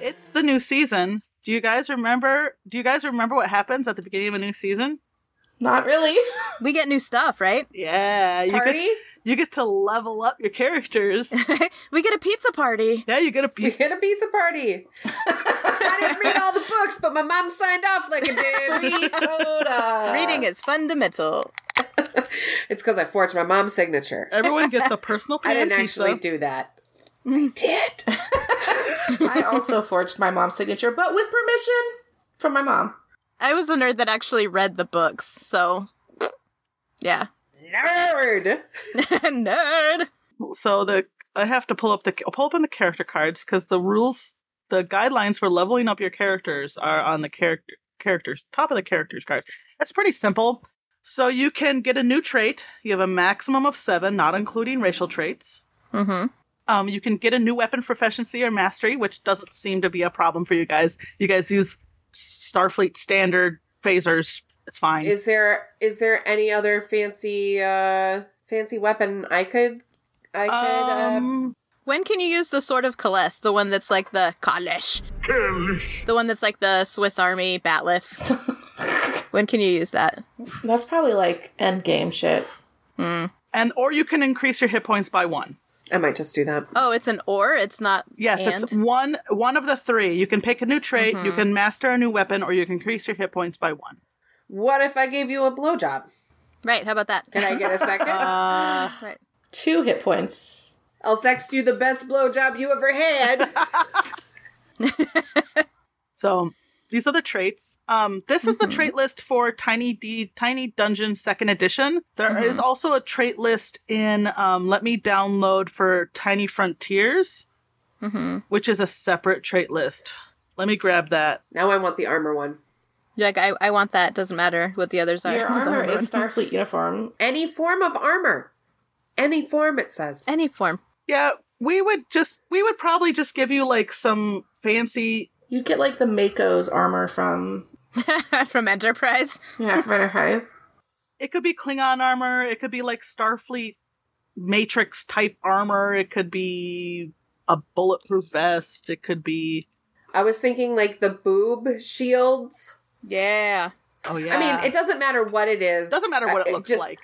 It's the new season. Do you guys remember? Do you guys remember what happens at the beginning of a new season? Not really. We get new stuff, right? Yeah, you Party? get you get to level up your characters. we get a pizza party. yeah, you get a We you, had a pizza party. I didn't read all the books, but my mom signed off like it did. Free soda. Reading is fundamental. It's because I forged my mom's signature. everyone gets a personal I pan didn't pizza. actually do that. I did. I also forged my mom's signature, but with permission from my mom. I was the nerd that actually read the books, so yeah, Nerd. nerd. so the I have to pull up the I'll pull open the character cards because the rules, the guidelines for leveling up your characters are on the character characters top of the characters cards. That's pretty simple. So you can get a new trait. You have a maximum of seven, not including racial traits. Mm-hmm. Um, you can get a new weapon proficiency or mastery, which doesn't seem to be a problem for you guys. You guys use Starfleet standard phasers. It's fine. Is there is there any other fancy uh fancy weapon I could I could um, um, When can you use the sword of Kalesh, the one that's like the Kalesh, the one that's like the Swiss Army batleth? when can you use that? That's probably like end game shit. and or you can increase your hit points by one. I might just do that. Oh, it's an or. It's not. Yes, it's And? one one of the three. You can pick a new trait, Mm-hmm. you can master a new weapon, or you can increase your hit points by one. What if I gave you a blowjob? Right. How about that? Can I get a second? Uh, Right. Two hit points. I'll text you the best blowjob you ever had. so these are the traits. Um, this is the Mm-hmm. trait list for Tiny D Tiny Dungeon Second Edition. There is Mm-hmm. also a trait list in um, Let Me Download for Tiny Frontiers, Mm-hmm. Mhm. which is a separate trait list. Let me grab that. now I want the armor one. Yeah, like, I, I want that. Doesn't matter what the others are. Your The armor hormone. is Starfleet uniform. Any form of armor. Any form it says. Any form. Yeah, we would just we would probably just give you like some fancy. You get like the Mako's armor from From Enterprise. yeah, from Enterprise. It could be Klingon armor. It could be like Starfleet Matrix type armor. It could be a bulletproof vest. It could be I was thinking like the boob shields. Yeah. oh yeah. I mean, it doesn't matter what it is. doesn't matter what Uh, it looks just- like.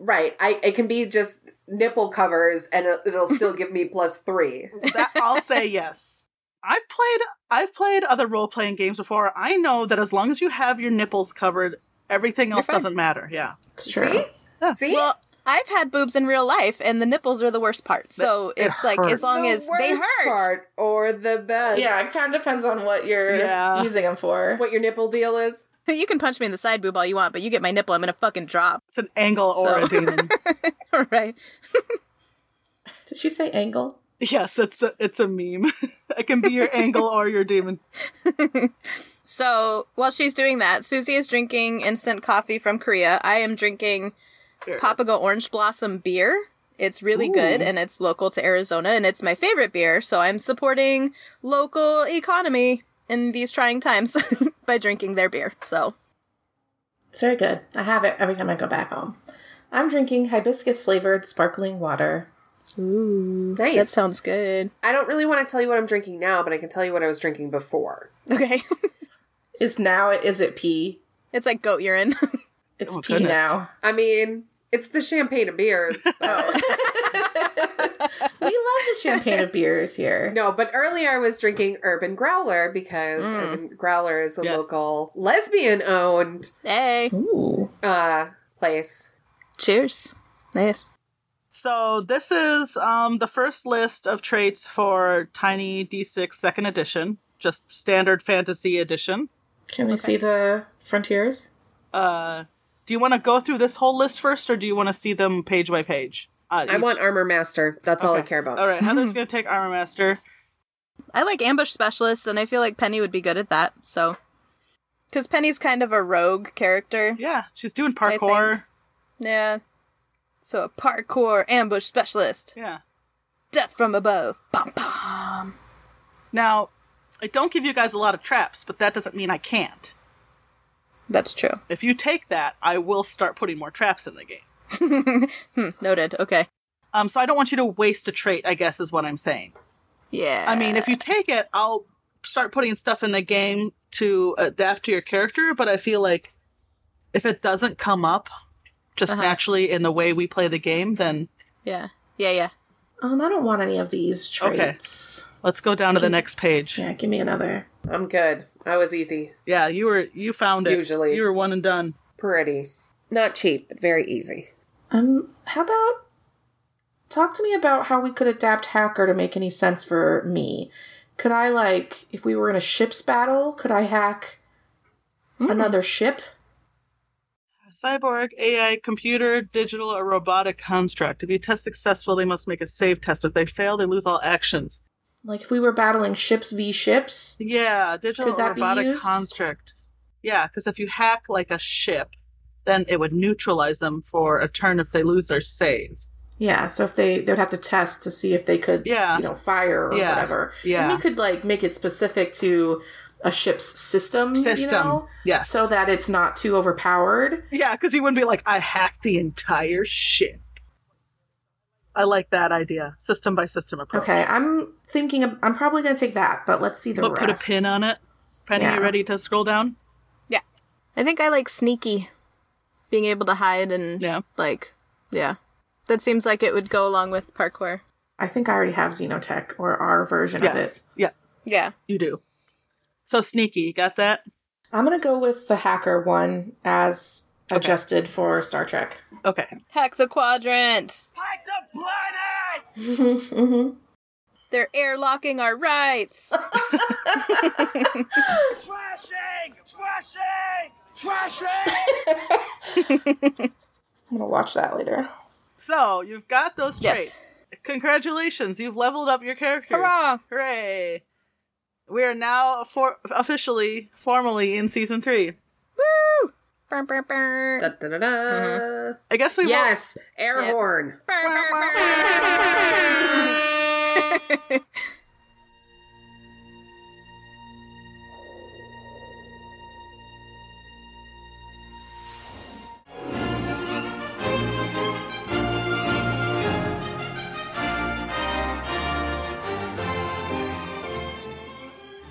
Right. I it can be just nipple covers and it- it'll still give me plus 3. That, I'll say yes. I've played I've played other role playing games before. I know that as long as you have your nipples covered, everything else fine. doesn't matter. Yeah. It's true. See? Yeah. See? Well, I've had boobs in real life, and the nipples are the worst part. So It- it it's like hurts. as long The as they worst hurt. part or the best. Yeah, it kind of depends on what you're Yeah. using them for. What your nipple deal is? You can punch me in the side boob all you want, but you get my nipple, I'm gonna fucking drop. It's an angle or So- a demon. right. Did she say angle? yes, it's a, it's a meme. it can be your angle or your demon. So while she's doing that, Susie is drinking instant coffee from Korea. I am drinking There. Papago Orange Blossom beer. It's really good Ooh. and it's local to Arizona and it's my favorite beer. So I'm supporting local economy in these trying times by drinking their beer. So It's very good. I have it every time I go back home. I'm drinking hibiscus flavored sparkling water. Nice. that sounds good. I don't really want to tell you what I'm drinking now, but I can tell you what I was drinking before. Okay. Is now is it pee? it's like goat urine. It's Oh, pee goodness. now. Oh. I mean, it's the champagne of beers. but- We love the champagne of beers here. no, but earlier I was drinking Urban Growler because Urban Growler is a Yes. local lesbian owned hey. Ooh. uh, place. Cheers. Nice. So this is um, the first list of traits for Tiny D6 Second Edition, just standard fantasy edition. Can we see the frontiers? Uh, do you want to go through this whole list first, or do you want to see them page by page? Uh, I want Armor Master. That's all I care about. All right, Heather's gonna take Armor Master. I like ambush specialists, and I feel like Penny would be good at that. So, because Penny's kind of a rogue character, Yeah, she's doing I think. parkour. yeah. So a parkour ambush specialist. Yeah, Death from above. Bum, bum. Now, I don't give you guys a lot of traps, but that doesn't mean I can't. That's true. If you take that, I will start putting more traps in the game. Hmm, noted. Okay. Um, so I don't want you to waste a trait, I guess, is what I'm saying. Yeah. I mean, if you take it, I'll start putting stuff in the game to adapt to your character, but I feel like if it doesn't come up just Uh-huh. naturally in the way we play the game, then Yeah. Yeah, yeah. Um, I don't want any of these Okay. traits. let's go down to the next page. Yeah, give me another. I'm good. I was easy. Yeah, you were you found it. Usually. you were one and done. Pretty. Not cheap, but very easy. Um, how about talk to me about how we could adapt hacker to make any sense for me? Could I like if we were in a ship's battle, could I hack Hmm. another ship? Cyborg, AI, computer, digital, or robotic construct. If you test successful, they must make a save test. If they fail, they lose all actions. Like if we were battling ships v ships? Yeah, digital Could or that be robotic used? construct. Yeah, because if you hack like a ship, then it would neutralize them for a turn if they lose their save. Yeah, so if they they'd have to test to see if they could Yeah. you know fire or Yeah. whatever. Yeah. And we could like make it specific to a ship's system, you System. know, Yes. so that it's not too overpowered. yeah, because you wouldn't be like, I hacked the entire ship. I like that idea. System by system approach. Okay, I'm thinking of, I'm probably going to take that, but let's see the But rest. put a pin on it. Penny, Yeah. you ready to scroll down? I think I like sneaky. Being able to hide and Yeah. like yeah. That seems like it would go along with parkour. I think I already have Xenotech or our version of it. Yes. Yeah, Yeah. you do. So sneaky, you got that? I'm going to go with the hacker one as adjusted for Star Trek. Okay. Hack the quadrant. mm-hmm. They're airlocking our rights. I'm going to watch that later. So you've got those Yes. traits. Congratulations, you've leveled up your character. Hurrah! Hooray! We are now for- officially, formally in season three. Woo! Burr, burr, burr. Da, da, da, da. I guess we won't. Yes, air Yep. horn. Burr, burr, burr.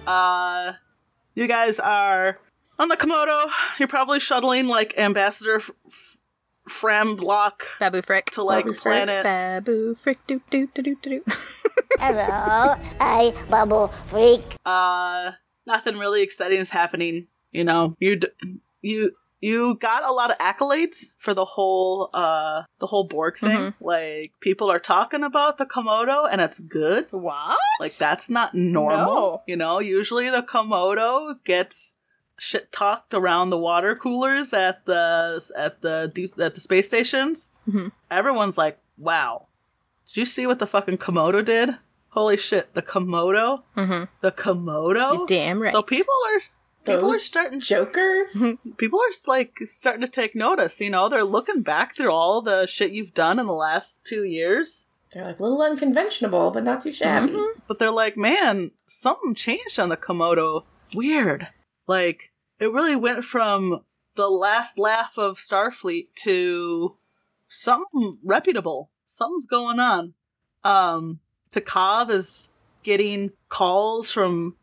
Uh, you guys are on the Komodo. You're probably shuttling like Ambassador F- F- Framblock Babu Frick. to like Probably Frank. planet. Babu Frick. Do do do do do. Hello, I Bubble Freak. uh nothing really exciting is happening you know you d- you you got a lot of accolades for the whole uh the whole borg thing Mhm. like people are talking about the komodo and it's good What? like that's not normal No. you know usually the komodo gets shit talked around the water coolers at the at the at the space stations Mhm. everyone's like wow did you see what the fucking komodo did holy shit the komodo Mm-hmm. the Komodo. You're damn right. Oh. So people are people are Those starting jokers? people are like starting to take notice. You know, they're looking back through all the shit you've done in the last two years, They're like a little unconventional, but not too shabby. but they're like, man, something changed on the Komodo. Weird. Like it really went from the last laugh of Starfleet to something reputable. Something's going on. Um, Takov is getting calls from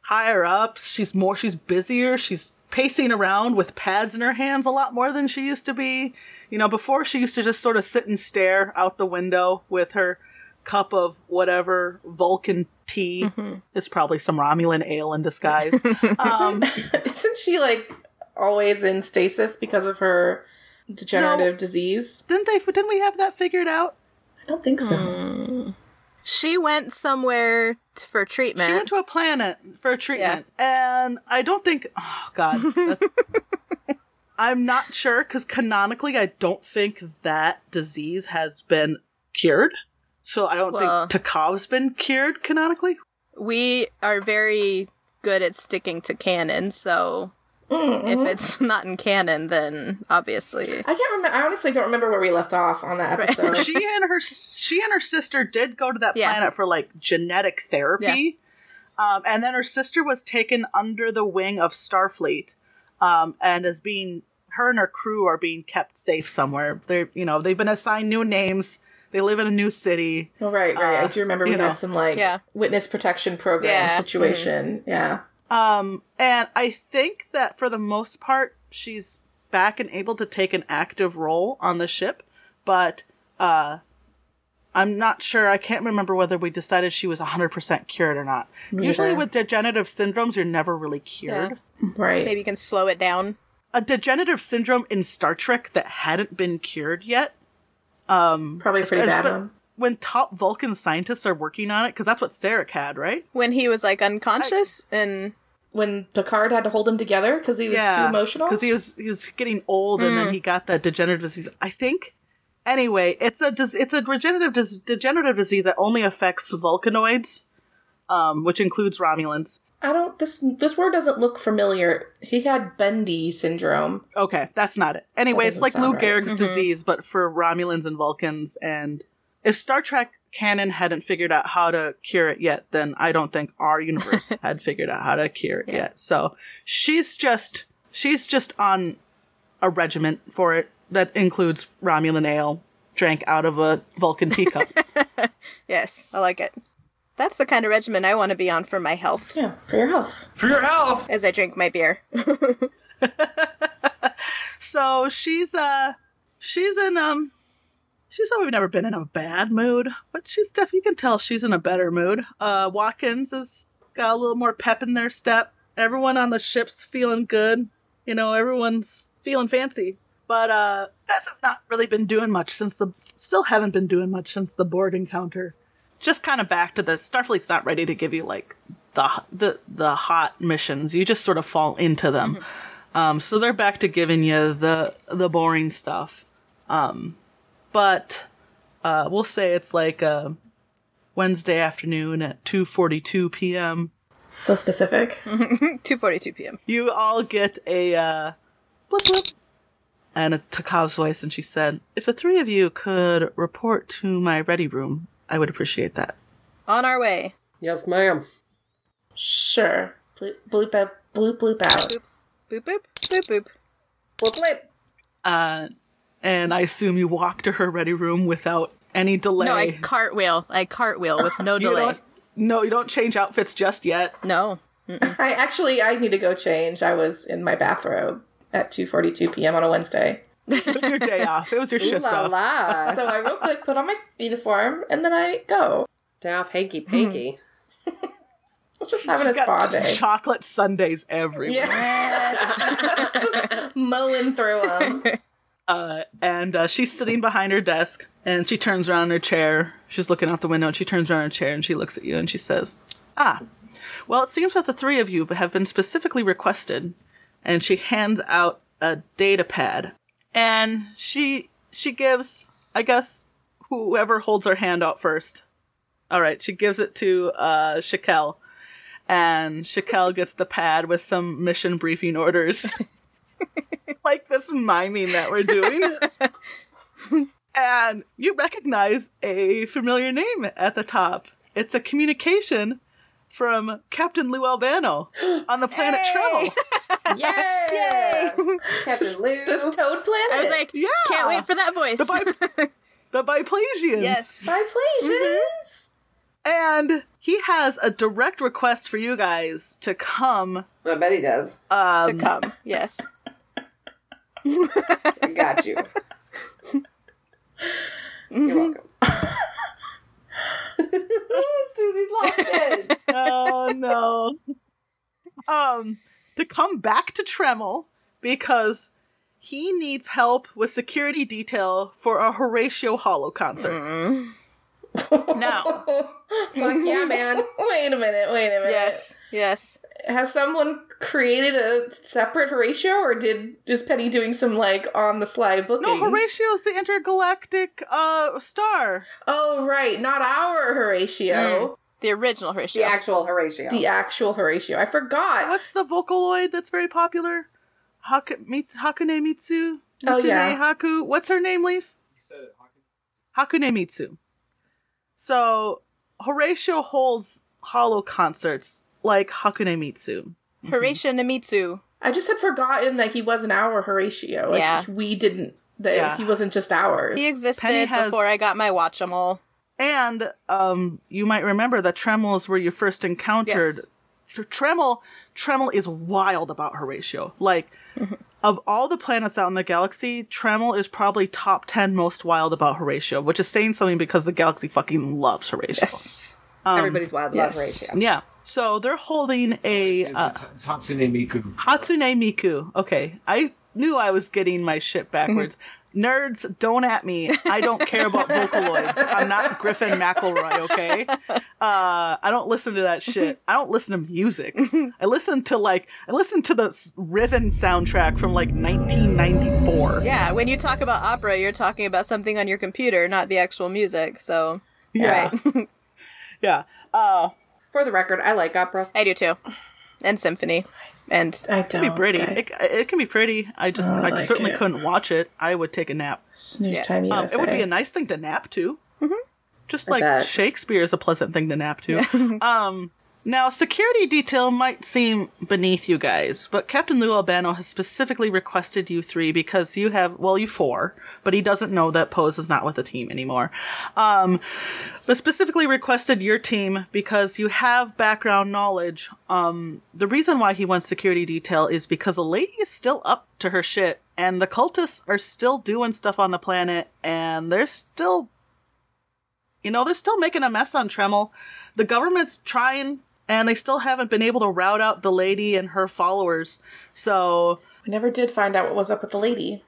higher ups. She's more, she's busier. She's pacing around with pads in her hands a lot more than she used to be. You know, before she used to just sort of sit and stare out the window with her cup of whatever Vulcan tea. It's probably some Romulan ale in disguise. um, Isn't she like always in stasis because of her degenerative disease? didn't they? Didn't we have that figured out? I don't think so. Mm. She went somewhere t- for treatment. She went to a planet for treatment, and I don't think. Oh God, that's- I'm not sure because canonically, I don't think that disease has been cured. So I don't Well- think Takov's been cured canonically. we are very good at sticking to canon, so Mm, Mm-hmm. mhm. if it's not in canon, then obviously. I can't remember. I honestly don't remember where we left off on that Right. episode. She and her s- she and her sister did go to that Yeah. planet for like genetic therapy. Um, and then her sister was taken under the wing of Starfleet, um, and is being her and her crew are being kept safe somewhere. They're you know they've been assigned new names. They live in a new city. Oh, right, right. I Uh, do remember we you know. had some like Yeah. witness protection program Yeah. situation. Mm-hmm. Yeah. Um, and I think that for the most part, she's back and able to take an active role on the ship, but uh, I'm not sure. I can't remember whether we decided she was 100% cured or not. Me Usually, either. with degenerative syndromes, you're never really cured. Yeah. Right. Maybe you can slow it down. A degenerative syndrome in Star Trek that hadn't been cured yet. Um, Probably a pretty it's- bad but one. When top Vulcan scientists are working on it, because that's what Sarek had, right? When he was like unconscious and When Picard had to hold him together because he was too emotional. because he was he was getting old and then he got that degenerative disease i think anyway it's a dis- it's a degenerative dis- degenerative disease that only affects vulcanoids um, which includes romulans I don't. This this word doesn't look familiar. He had Bendy syndrome. okay that's not it anyway it's doesn't like lou sound right. gehrig's disease but for romulans and vulcans and if star trek canon hadn't figured out how to cure it yet then i don't think our universe had figured out how to cure it yet so she's just she's just on a regiment for it that includes Romulan ale drank out of a Vulcan teacup. yes, I like it. That's the kind of regimen I want to be on for my health Yeah, for your health. For your health! as I drink my beer. so she's uh she's in um she's always never been in a bad mood, but she's def you can tell she's in a better mood. Uh Watkins has got a little more pep in their step. Everyone on the ship's feeling good. You know, everyone's feeling fancy. But uh that's not really been doing much since the still haven't been doing much since the Borg encounter. Just kind of back to this. Starfleet's not ready to give you like the the the hot missions. You just sort of fall into them. Um, so they're back to giving you the the boring stuff. Um, but uh, we'll say it's like uh, Wednesday afternoon at 2:42 p.m. So specific. 2:42 p.m. You all get a uh, blip blip, and it's Takav's voice, and she said, "If the three of you could report to my ready room, I would appreciate that." On our way. Yes, ma'am. Sure. Bloop bloop out. Bloop bloop out. Boop boop boop boop. Blip blip. Uh, and I assume you walk to her ready room without any delay. No, I cartwheel. I cartwheel with no you delay. don't, no, you don't change outfits just yet. No. I actually I need to go change. I was in my bathrobe at 2:42 p.m. on a Wednesday. It was your day off. It was your Ooh shit la off. la. So I real quick put on my uniform and then I go. Down off hanky panky. I was just having a Got spa day. Chocolate sundaes everywhere. Yes. just mowing through them. Uh, and uh, she's sitting behind her desk and she turns around in her chair. She's looking out the window and she turns around in her chair and she looks at you and she says, Ah, well, it seems that the three of you have been specifically requested. And she hands out a data pad. And she she gives, I guess, whoever holds her hand out first. All right, she gives it to uh, Shakel. And Shakel gets the pad with some mission briefing orders like this miming that we're doing. and you recognize a familiar name at the top. It's a communication from Captain Lou Albano on the planet Travel. Yeah. Captain Lou. This toad planet. I was like, Yeah. can't wait for that voice. The, bi- the Biplasians. yes. Biplasians. And he has a direct request for you guys to come. I bet he does. Um, to come. Yes. I got you. You're welcome. Susie lost it. oh no. Um, to come back to Tremel because he needs help with security detail for a Horatio Hollow concert. Mm-hmm. Mm-hmm. Now, Fuck yeah, man. Wait a minute. Wait a minute. Yes. Yes. Has someone created a separate Horatio, or did is Penny doing some like on the sly bookings? no, Horatio's the intergalactic uh star. Oh right, not our Horatio, The original Horatio. The actual Horatio. the actual Horatio. I forgot. What's the Vocaloid that's very popular? Hak- Mits- Hakune Mitsu. Mitsune Oh, yeah. Haku. What's her name, Leaf? Hakune Mitsu. So Horatio holds hollow concerts like Hakune Mitsu. Horatio Namitsu. I just had forgotten that he wasn't our Horatio. Like, Yeah. we didn't. That Yeah. he wasn't just ours. He existed Penny has- before I got my watch em all. And um, you might remember that Tremels were you first encountered. Yes. Tr- Tremel, Tremel is wild about Horatio. Like, Mm-hmm. of all the planets out in the galaxy, Tremel is probably top ten most wild about Horatio, which is saying something because the galaxy fucking loves Horatio. Yes. Um, Everybody's wild about yes. Horatio. Yeah. So they're holding a uh, Tatsune Miku. Hatsune Miku. Okay, I knew I was getting my Mhm. shit backwards. Nerds, don't at me. I don't care about Vocaloids. I'm not Griffin McElroy, okay? Uh, I don't listen to that shit. I don't listen to music. I listen to like I listen to the s- Riven soundtrack from like 1994. Yeah, when you talk about opera, you're talking about something on your computer, not the actual music. So yeah, yeah. Uh, For the record, I like opera. I do too. And symphony. And I don't. it can be pretty. I- It, it can be pretty. I just Oh, I I, like certainly it. couldn't watch it. I would take a nap. snooze Yeah. time. Um, USA. it would be a nice thing to nap to. Just like bet. Shakespeare is a pleasant thing to nap to. um, now, security detail might seem beneath you guys, but Captain Lou Albano has specifically requested you three because you have, well, you four, but he doesn't know that Pose is not with the team anymore. Um, but specifically requested your team because you have background knowledge. Um, the reason why he wants security detail is because the lady is still up to her shit, and the cultists are still doing stuff on the planet, and they're still, you know, they're still making a mess on Tremel. The government's trying, and they still haven't been able to rout out the lady and her followers. So We never did find out what was up with the lady.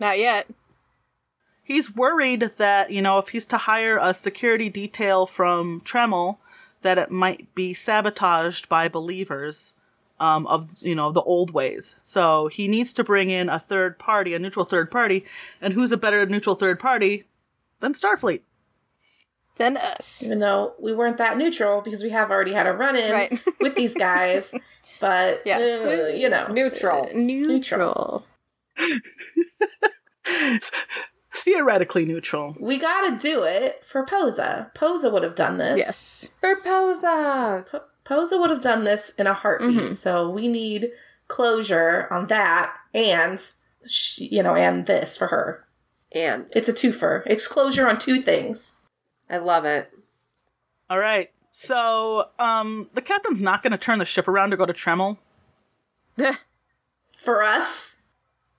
not yet. he's worried that you know if he's to hire a security detail from Tremel, that it might be sabotaged by believers um, of you know the old ways. So he needs to bring in a third party, a neutral third party, and who's a better neutral third party than Starfleet? Then us. even though we weren't that neutral because we have already had a run in Right. with these guys. But Yeah. uh, you know, Neutral. Neutral. Theoretically neutral. we got to do it for Posa. Posa would have done this. Yes. For Posa. P- Posa would have done this in a heartbeat. Mhm. So we need closure on that, and sh you know, and this for her. And It's a twofer. It's closure on two things. I love it. All right. So um, the captain's not going to turn the ship around to go to Tremel. for us.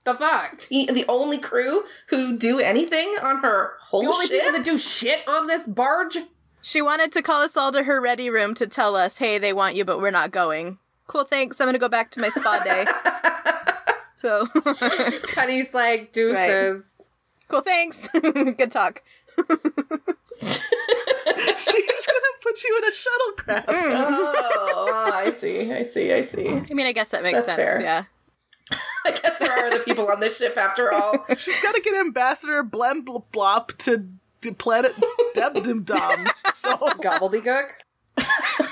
The fuck? He, the only crew who do anything on her whole The only ship? people that do shit on this barge? She wanted to call us all to her ready room to tell us, hey, they want you, but we're not going. Cool, thanks. I'm going to go back to my spa day. so, Penny's like, deuces. cool, thanks. Good talk. She's going to put you in a shuttlecraft. oh, oh, I see. I see. I see. I mean, I guess that makes That's sense. fair. Yeah. I guess there are other people on this ship after all. She's got to get Ambassador Blem Bl- Blop to, to planet Debdum Dom. So Gobbledygook?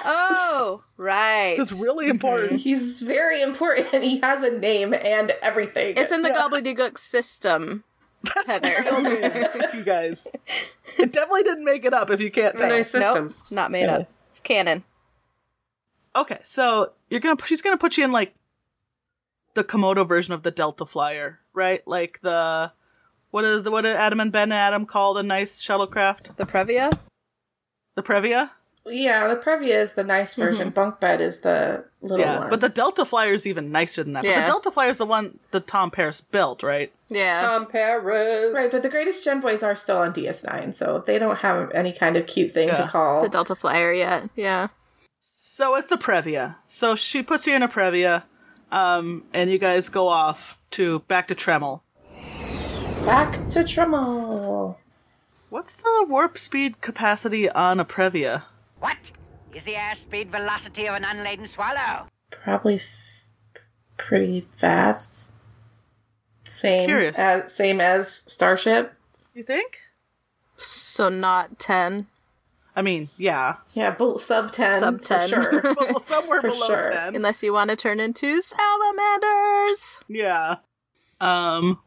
Oh, right. it's really important. He's very important and he has a name and everything. It's in the gobbledygook system, Heather. Built in. Thank you guys. It definitely didn't make it up if you can't It's a tell. nice system. Nope, not made up. It's canon. Okay, so you're gonna she's gonna put you in like the Komodo version of the Delta Flyer, right? Like the what is what did Adam and Ben Adam call the nice shuttlecraft? The Previa? The Previa? yeah, the Previa is the nice version. Bunk bed is the little yeah, one. but the Delta Flyer is even nicer than that. But Yeah. the Delta Flyer is the one that Tom Paris built, right? Yeah. Tom Paris. right, but the greatest gen boys are still on DS9, so they don't have any kind of cute thing to Yeah. call. The Delta Flyer, yeah. Yeah. So it's the Previa. So she puts you in a Previa, um, and you guys go off to back to Tremel. Back to Tremel. What's the warp speed capacity on a Previa? What is the airspeed velocity of an unladen swallow? probably f- pretty fast. Same Curious. as same as Starship. You think? So not 10. I mean, yeah, Yeah, bel- sub ten. Sub for 10. sure. well, somewhere For below sure. ten. Unless you want to turn into salamanders. Yeah. Um,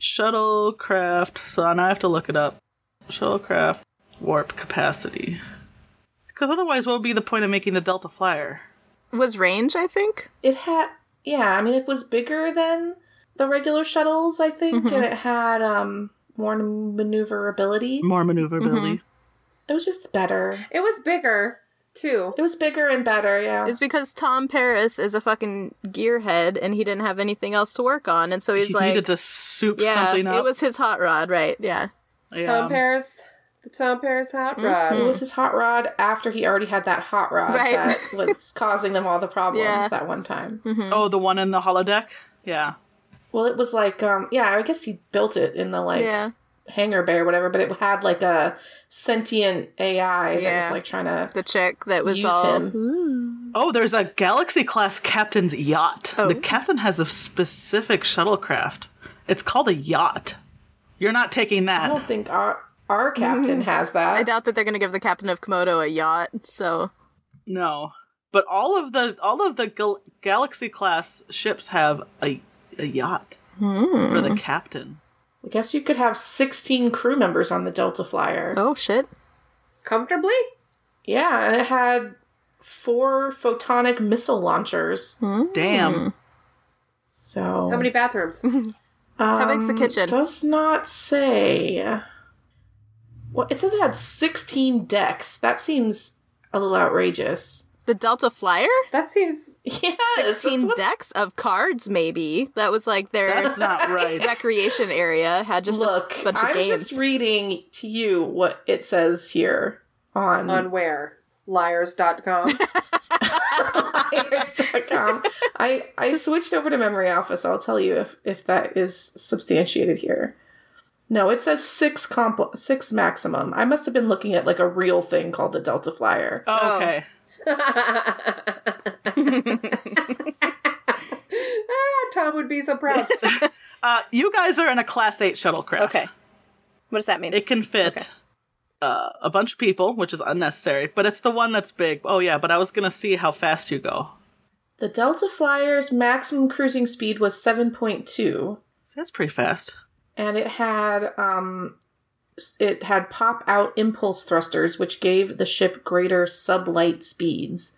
shuttlecraft. So now I have to look it up. Shuttlecraft warp capacity. Because otherwise, what would be the point of making the Delta Flyer? Was range, I think. It had, yeah, I mean, it was bigger than the regular shuttles, I think, Mm-hmm. and it had um, more maneuverability. More maneuverability. Mm-hmm. It was just better. It was bigger too. It was bigger and better, yeah. It's because Tom Paris is a fucking gearhead and he didn't have anything else to work on, and so he's he like, needed to soup yeah, something up. it was his hot rod, right? Yeah. Yeah. Tom Paris, the Tom Paris hot rod. It was his hot rod after he already had that hot rod Right. that was causing them all the problems Yeah. that one time. mm-hmm. Oh, the one in the holodeck. Yeah. Well, it was like, um, yeah, I guess he built it in the like yeah. hangar bay or whatever, but it had like a sentient AI that Yeah. was like trying to The chick that was use all him. Oh, there's a Galaxy class captain's yacht. Oh. The captain has a specific shuttlecraft. It's called a yacht. You're not taking I that. Oh. don't think our our captain has that. I doubt that they're going to give the captain of Komodo a yacht. So No. But all of the all of the gal- Galaxy class ships have a a yacht for Hmm. the captain. I guess you could have sixteen crew members on the Delta Flyer. oh shit. Comfortably? Yeah, and it had four photonic missile launchers. Damn. Hmm. So How many bathrooms? How big's the kitchen? Does not say. Well, it says it had sixteen decks. That seems a little outrageous. The Delta Flyer? That seems Yes, that's 16 what- decks of cards, maybe. That was like their That's not right. recreation area. Had just Look, a bunch of I'm games. just reading to you what it says here on, on where? Liars.com. liars.com. I I switched over to Memory Alpha, so I'll tell you if if that is substantiated here. No, it says six compl- six maximum. I must have been looking at like a real thing called the Delta Flyer. Oh, okay. ah, Tom would be so proud. Uh, you guys are in a class eight shuttlecraft. okay. What does that mean? It can fit uh, a bunch of people, which is unnecessary, but it's the one that's big. Oh, yeah, but I was going to see how fast you go. The Delta Flyer's maximum cruising speed was 7.2 So that's pretty fast. and it had um s- it had pop out impulse thrusters which gave the ship greater sublight speeds.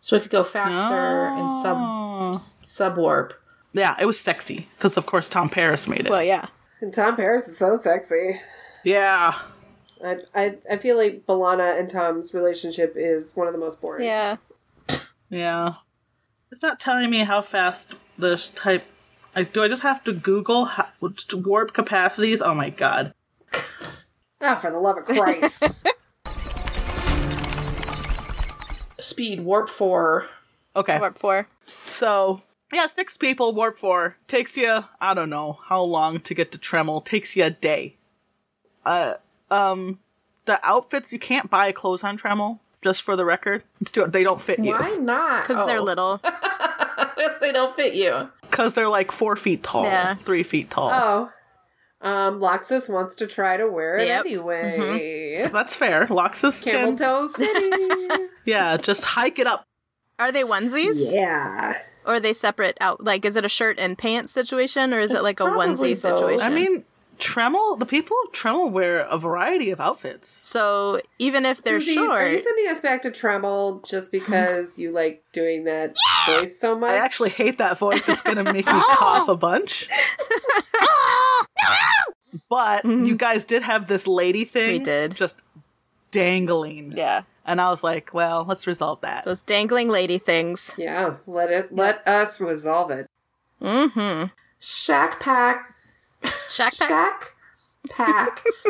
So it could go faster and sub Oh. subwarp. Yeah, it was sexy, because of course Tom Paris made it. well, yeah. And Tom Paris is so sexy. Yeah. I, I, I feel like Balana and Tom's relationship is one of the most boring. Yeah. Yeah. It's not telling me how fast this type. I, do I just have to Google how, warp capacities? Oh my god. Ah, for the love of Christ. Speed warp 4. Okay. Warp 4. So, yeah, six people, warp four. Takes you, I don't know how long to get to Tremel. Takes you a day. Uh, um, the outfits, you can't buy clothes on Tremel, just for the record. It's too, they don't fit you. Why not? Because they're little. Because they don't fit you. Because they're like four feet tall, Yeah. three feet tall. oh. Um, Loxus wants to try to wear it Yep. Mm-hmm. anyway. That's fair. Loxus Camel can, Toe City. yeah, just hike it up. Are they onesies? yeah. Or are they separate out? Like, is it a shirt and pants situation or is it It's like a probably onesie both. situation? I mean, Tremel, the people of Tremel wear a variety of outfits. so even if they're Susie, short. Are you sending us back to Tremel just because you like doing that voice so much? I actually hate that voice. It's going to make me cough a bunch. Ah! But you guys did have this lady thing. Mm-hmm. We did. Just dangling. yeah. And I was like, well, let's resolve that. Those dangling lady things. Yeah, let it let us resolve it. Mm hmm. Shack pack. Shack pack. Shack packed.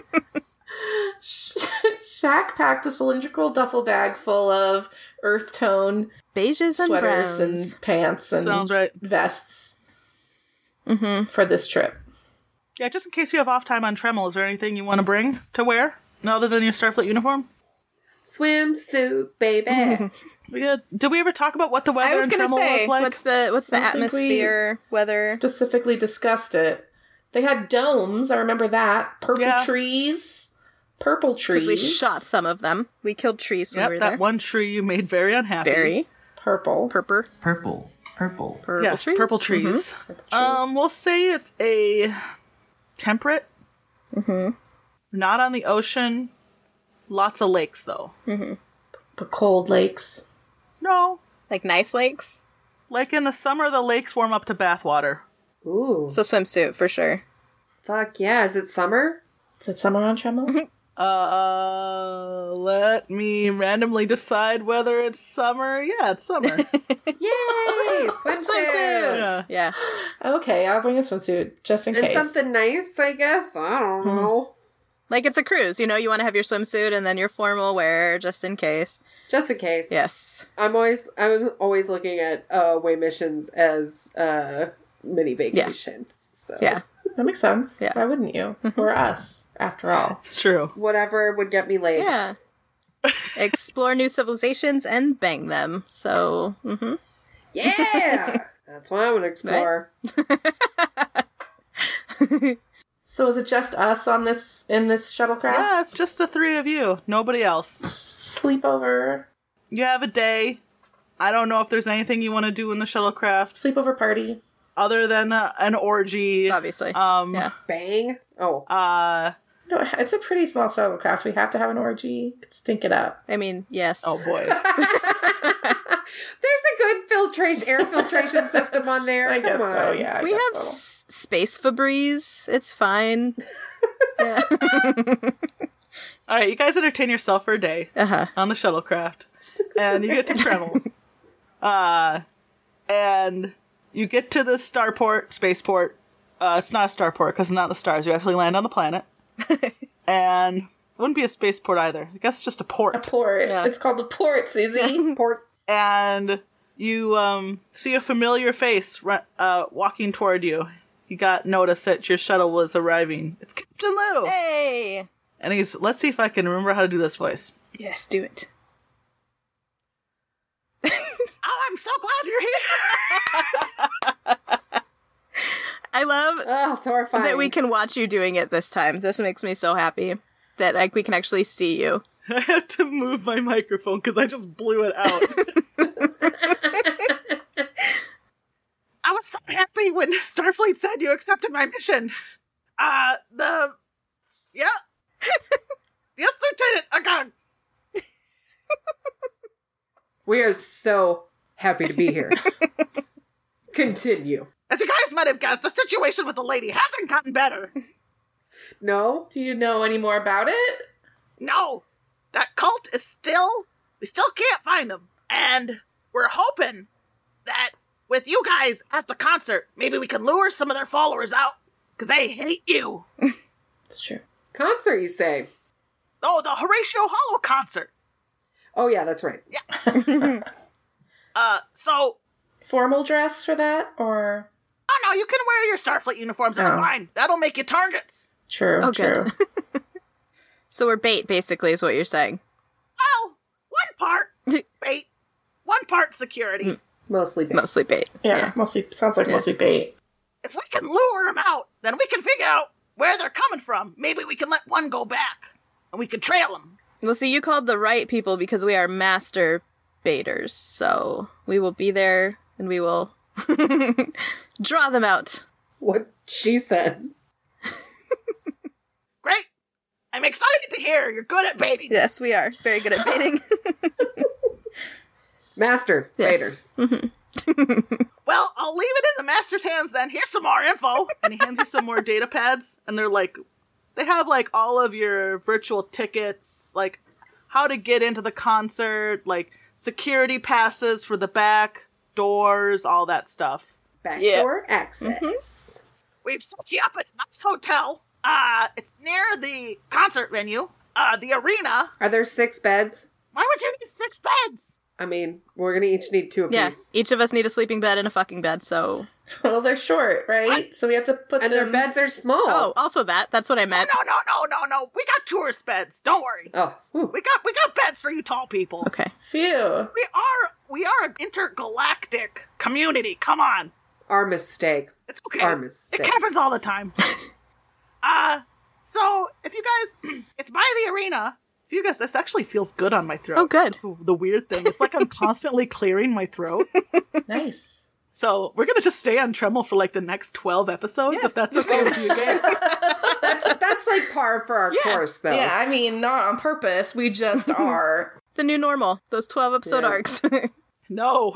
Sh- Shack packed a cylindrical duffel bag full of earth tone Beiges and sweaters browns. and pants and Sounds right. vests Mm-hmm. for this trip. Yeah, just in case you have off time on Tremel, is there anything you want to bring to wear? No, other than your Starfleet uniform? Swimsuit, baby. We got- Did we ever talk about what the weather I was in gonna Tremel say, was like? what's the what's the I think we- atmosphere, weather? Specifically discussed it. They had domes, I remember that. Purple Yeah. trees. Purple trees. Because we shot some of them. We killed trees when Yep, we were that there. one tree you made very unhappy. Very purple. purple, Purple. Purple. purple yes, trees. Mm-hmm. purple trees. Um, we'll say it's a temperate. Mm-hmm. Not on the ocean, Lots of lakes, though. But cold lakes. No, Like nice lakes. like in the summer, the lakes warm up to bathwater. Ooh. So swimsuit for sure. Fuck yeah. Is it summer? Is it summer on Tremel? Uh, let me randomly decide whether it's summer. Yeah, it's summer. Yay! Swimsuits! yeah. Yeah. okay, I'll bring a swimsuit just in And case. something nice, I guess. I don't know. Like it's a cruise, you know, you want to have your swimsuit and then your formal wear just in case. Just in case. Yes. I'm always I'm always looking at uh way missions as uh mini vacation. So Yeah. That makes sense. Yeah. Why wouldn't you? Or us, after all. It's true. whatever would get me laid. Yeah. Explore new civilizations and bang them. So, mhm. Yeah! That's why I'm gonna explore. So is it just us on this in this shuttlecraft? Yeah, it's just the three of you. Nobody else. Sleepover, You have a day. I don't know if there's anything you want to do in the shuttlecraft sleepover party. other than uh, an orgy. obviously. Um, Yeah. Bang. Oh. uh, No, it's a pretty small shuttlecraft. We have to have an orgy. Could stink it up. I mean, yes. oh boy. There's a good filtration air filtration system on there. I guess Come on. so. Yeah, I we guess have so. s- space Febreze. It's fine. yeah. All right, you guys entertain yourself for a day uh-huh. on the shuttlecraft, and you get to travel. Uh, and you get to the starport, spaceport. Uh, it's not a starport because it's not the stars. You actually land on the planet, and it wouldn't be a spaceport either. I guess it's just a a port. port. Yeah. It's called the port, Susie. Port And you um, see a familiar face ru- uh, walking toward you. You got notice that your shuttle was arriving. It's Captain Lou, Hey. and he's. Let's see if I can remember how to do this voice. Yes, do it. Oh, I'm so glad you're here. I love Oh, horrifying. that we can watch you doing it this time. This makes me so happy that like we can actually see you. I had to move my microphone because I just blew it out. I was so happy when Starfleet said you accepted my mission. Uh, the. Yeah. yes, Lieutenant. I got. We are so happy to be here. Continue. As you guys might have guessed, the situation with the lady hasn't gotten better. No? Do you know any more about it? No, that cult is still. We still can't find them. And we're hoping that with you guys at the concert, maybe we can lure some of their followers out because they hate you. It's true. Concert, you say? Oh, the Horatio Hollow concert. Oh, yeah, that's right. Uh, so. Formal dress for that, or Oh, no, you can wear your Starfleet uniforms. It's Oh. fine. That'll make you targets. true, Oh, true. good. So we're bait basically is what you're saying. Well, one part bait, one part security. Mostly big. Mostly bait. Yeah, mostly sounds like mostly bait. If we can lure them out, then we can figure out where they're coming from. Maybe we can let one go back and we can trail them. Well, see, you called the right people because we are master baiters. So we will be there and we will draw them out. What she said. Great. I'm excited to hear you're good at baiting. Yes, we are very good at baiting. Master, Yes. Raiders. Well, I'll leave it in the master's hands then. Here's some more info. And he hands you some more data pads, and they're like, they have like all of your virtual tickets, like how to get into the concert, like security passes for the back doors, all that stuff. Backdoor access. We've set you up at a nice hotel. Uh, it's near the concert venue, uh, the arena. Are there six beds? Why would you need six beds? I mean, we're going to each need two yes, apiece. each of us need a sleeping bed and a fucking bed. So Well, they're short, right? So we have to put And them. their beds are small. oh, also that that's what I meant. No, no, no, no, no. We got tourist beds. Don't worry. Oh, whew. We got we got beds for you tall people. Okay, Phew. We are we are an intergalactic community. Come on, our mistake. it's okay. Our mistake. It happens all the time. uh so if you guys, it's by the arena. If you guys, this actually feels good on my throat. Oh, good. It's the weird thing. It's like I'm constantly clearing my throat. Nice. So we're gonna just stay on Tremel for like the next twelve episodes, if that's okay with you guys. That's that's like par for our Yeah. course, though. Yeah, I mean, not on purpose. We just are. The new normal. Those twelve episode Yeah. arcs. No.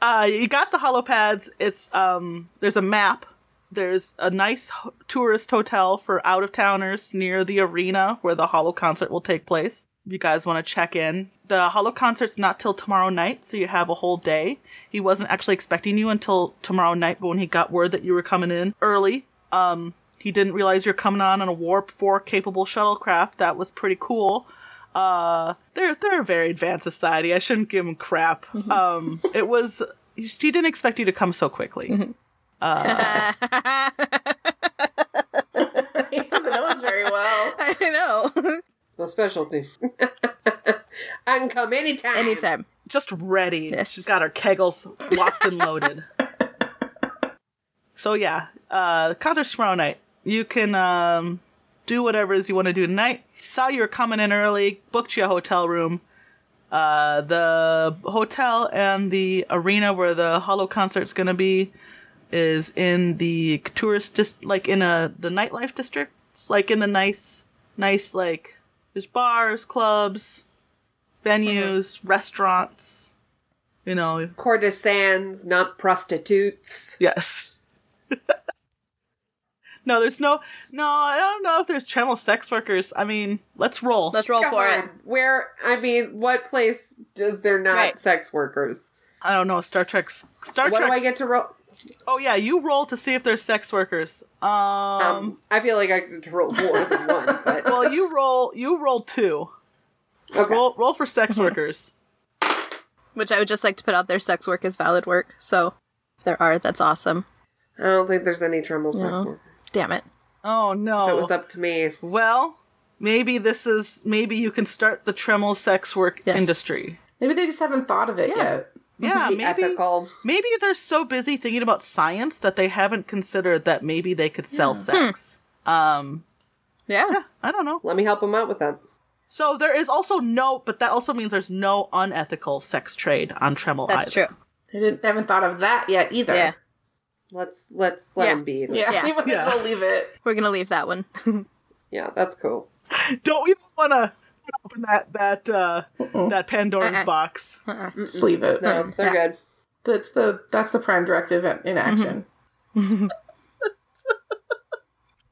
uh, you got the hollow pads. It's um. There's a map. There's a nice ho- tourist hotel for out of towners near the arena where the hollow concert will take place. If you guys want to check in, the hollow concert's not till tomorrow night, so you have a whole day. He wasn't actually expecting you until tomorrow night, but when he got word that you were coming in early, um, he didn't realize you're coming on on a warp four capable shuttlecraft. That was pretty cool uh they're they're a very advanced society i shouldn't give them crap um it was she didn't expect you to come so quickly he doesn't know us very well. I know. It's my specialty. I can come anytime. Anytime. just ready Yes. she's got her kegels locked and loaded so yeah uh concert's tomorrow night you can um do whatever it is you want to do tonight saw you were coming in early booked you a hotel room uh, the hotel and the arena where the hollow concert's gonna be is in the tourist dis- like in a the nightlife district It's like in the nice nice like there's bars clubs venues restaurants you know Courtesans, not prostitutes. yes no there's no no i don't know if there's channel sex workers i mean let's roll Let's roll Come for on. Where I mean, what place does there not Right. sex workers? i don't know star trek's star what trek do I get to roll? oh yeah you roll to see if there's sex workers Um, um I feel like I get to roll more than one, but well you roll you roll two okay. roll roll for sex workers it. Which I would just like to put out there sex work is valid work. So if there are, that's awesome. I don't think there's any tremors. sex work. Damn it. Oh no. If it was up to me, well, maybe this is maybe you can start the tremel sex work Yes. industry. Maybe they just haven't thought of it Yeah. yet. Yeah, the maybe ethical. maybe they're so busy thinking about science that they haven't considered that maybe they could sell sex. Um, Yeah. I don't know. Let me help him out with that. So there is also no, but that also means there's no unethical sex trade on Tremel That's either. true. They didn't haven't thought of that yet either. Yeah. Let's let's let Yeah. him be. Yeah, Yeah. we might Yeah. as well leave it. We're gonna leave that one. Yeah, that's cool. Don't even want to open that that uh, Mm-mm. that Pandora's Uh-uh. box. Just leave it. No, they're good. That's the that's the prime directive in action.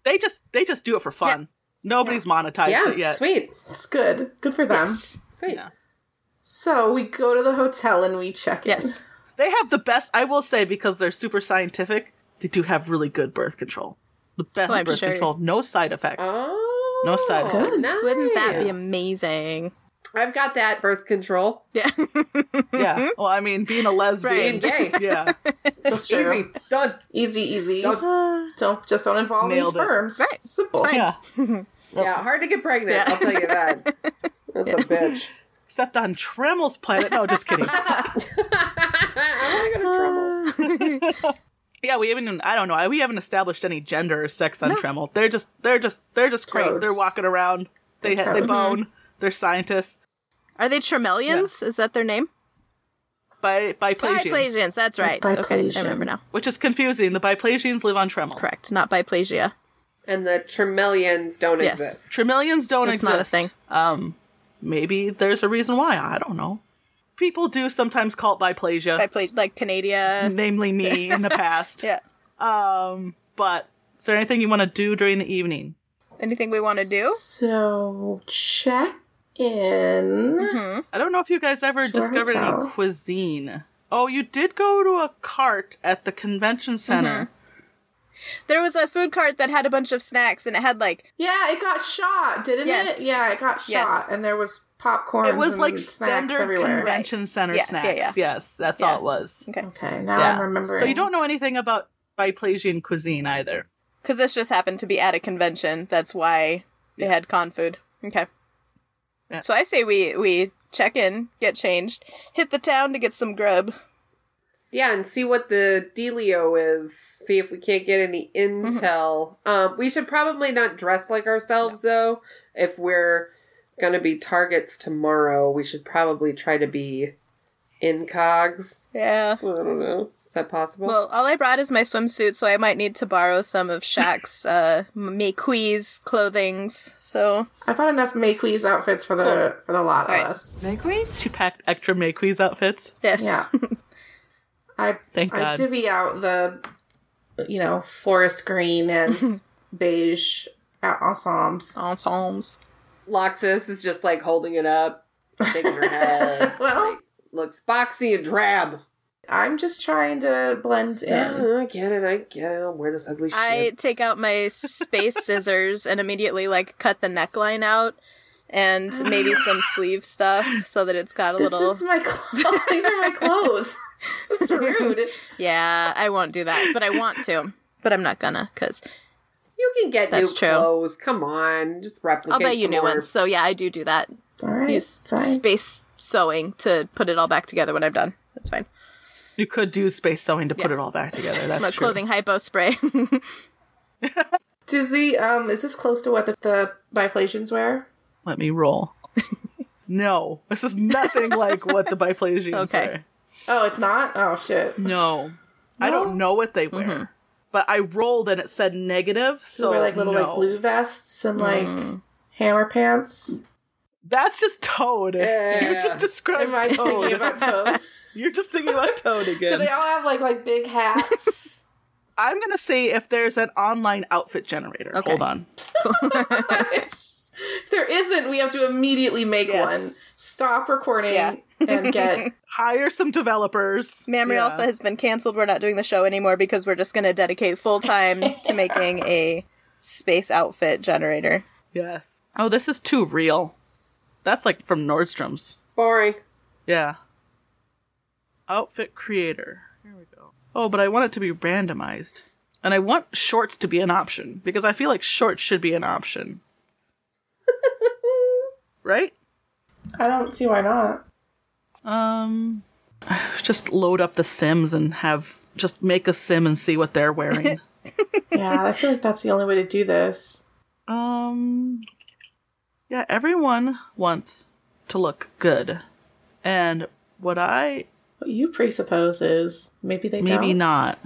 They just they just do it for fun. Nobody's monetized Yeah, it yet. sweet, It's good. Good for them. yes. sweet. Yeah. So we go to the hotel and we check in. Yes. They have the best, I will say, because they're super scientific, they do have really good birth control. The best Oh, I'm birth sure. control, no side effects. Oh, No side effects. Nice. Wouldn't that be amazing? I've got that birth control. Yeah. Yeah. Well, I mean, being a lesbian. Being gay, Yeah. That's true. easy done. Easy, easy. Don't, Uh, just don't involve any Nailed it. sperms. Right. Simple. It's fine. Yeah. Yeah, hard to get pregnant. Yeah. I'll tell you that. That's a bitch. Except on Tremel's planet. No, just kidding. I want to go to Uh, trouble. yeah, we haven't. I don't know. We haven't established any gender or sex on Tremel. They're just. They're just. They're just great. Toads. They're walking around. They They're ha- they toads. bone. They're scientists. Are they Tremellians? Is that their name? Bi biplagians, Biplasians. That's right. Okay, I Biplasian. remember now. which is confusing. The biplagians live on Tremel. Correct. Not biplasia. And the Tremellians don't Yes. exist. Trimillions don't That's exist. not a thing. Um, maybe there's a reason why. I don't know. People do sometimes call it biplasia, Bipla- like Canadia. namely me in the past. Yeah. Um, but is there anything you want to do during the evening? Anything we want to do? So check in. hmm I don't know if you guys ever To our discovered hotel. any cuisine. Oh, you did go to a cart at the Mm-hmm. convention center. There was a food cart that had a bunch of snacks, and it had like Yeah, it got shot, didn't Yes. it? Yeah, it got shot, Yes. and there was popcorn. It was and like snacks standard everywhere. Right. convention center Yeah, yeah, snacks. yeah. Yes, that's Yeah. all it was. Okay, now Yeah. I'm remembering. So you don't know anything about biplasian cuisine either. because this just happened to be at a convention. That's why they had con food. Okay. Yeah. So I say we we check in, get changed, hit the town to get some grub. Yeah, and see what the dealio is. See if we can't get any intel. Um, we should probably not dress like ourselves though. If we're gonna be targets tomorrow, we should probably try to be incogs. Yeah. I don't know. Is that possible? Well, all I brought is my swimsuit, so I might need to borrow some of Shaq's uh, Mequee's clothings. So I bought enough Maquis outfits for the for the lot Alright. of us. She packed extra Maquis outfits. yes, Yeah. I Thank I God. divvy out the you know, forest green and beige out- ensembles. ensembles. Loxus is just like holding it up, shaking her head. Well, Looks boxy and drab. I'm just trying to blend in. Yeah, I get it. I get it. I'll wear this ugly shit. I take out my space scissors and immediately like cut the neckline out and maybe some sleeve stuff so that it's got a This little is my clothes. These are my clothes. this is rude. Yeah, I won't do that, but I want to. But I'm not gonna cuz you can get That's new true. clothes. Come on, just replicate. I'll buy you some new more. ones. So yeah, I do do that. All right, Use fine. space sewing to put it all back together when I'm done. That's fine. You could do space sewing to put Yeah. it all back together. That's My true. clothing hypo spray. Does the um is this close to what the, the biplasians wear? Let me roll. no, this is nothing like what the biplasians Okay. wear. Oh, it's not. Oh shit. No. I don't know what they wear. But I rolled and it said negative, Mm-hmm. So so wear like little no. like blue vests Hmm. and like Mm. hammer pants. That's just Toad. Yeah. You just described Am I Toad. thinking about Toad? You're just thinking about Toad again. Do they all have like like big hats? I'm gonna see if there's an online outfit generator. Okay. Hold on. It's- if there isn't, we have to immediately make Yes. one. Stop recording Yeah. and get. Hire some developers. Mamre Yeah. Alpha has been canceled. We're not doing the show anymore because we're just going to dedicate full time to making a space outfit generator. Yes. Oh, this is too real. That's like from Nordstrom's. Boring. Yeah. Outfit creator. Here we go. Oh, but I want it to be randomized. And I want shorts to be an option because I feel like shorts should be an option. right? I don't see why not. Um just load up the Sims and have just make a sim and see what they're wearing. Yeah, I feel like that's the only way to do this. um Yeah, everyone wants to look good. And what I What you presuppose is maybe they Maybe don't. not.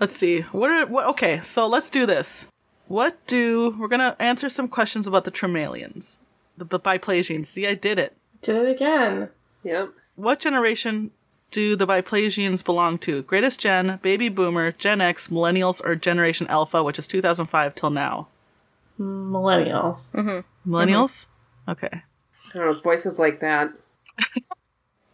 let's see. What are what? Okay, so let's do this. What do we're gonna answer some questions about the Tremalians, the, the Biplasians? See, I did it. Did it again. Yep. What generation do the Biplasians belong to? Greatest Gen, Baby Boomer, Gen X, Millennials, or Generation Alpha, which is 2005 till now? Millennials. Millennials. Uh-huh. Okay. I don't know. Voices like that.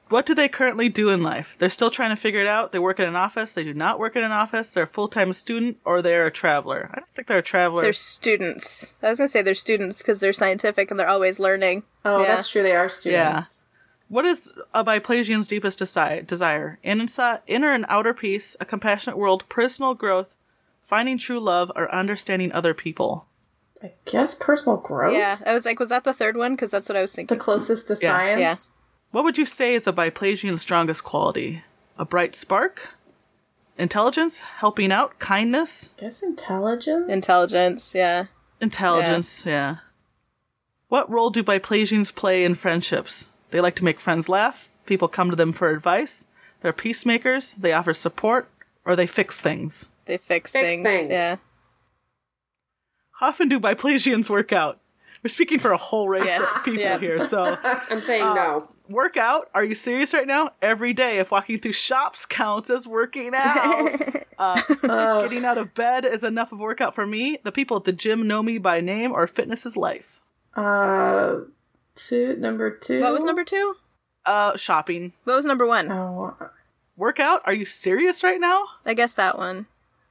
What do they currently do in life? They're still trying to figure it out. They work in an office. They do not work in an office. They're a full-time student, or they're a traveler. I don't think they're a traveler. They're students. I was going to say they're students because they're scientific and they're always learning. Oh, Yeah. that's true. They are students. What is a Biplasian's deepest desi- desire? An insi- inner and outer peace, a compassionate world, personal growth, finding true love, or understanding other people. I guess personal growth. Yeah. I was like, was that the third one? Because that's what I was The thinking. closest to Yeah. science. Yeah. What would you say is a Biplasian's strongest quality? A bright spark? Intelligence? Helping out? Kindness? I guess intelligence. Intelligence. Yeah. Intelligence, yeah. What role do Biplasians play in friendships? They like to make friends laugh, people come to them for advice, they're peacemakers, they offer support, or they fix things. They Fix fix, things. things. Yeah. How often do biplasians work out? We're speaking for a whole race Yes, of people yeah. here. So, I'm saying Uh, no. work out? Are you serious right now? Every day, if walking through shops counts as working out, uh, Ugh. getting out of bed is enough of a workout for me. The people at the gym know me by name, or fitness is life. Uh, two number two. What was number two? Uh, shopping. What was number one? Oh, Workout? Are you serious right now? I guess that one.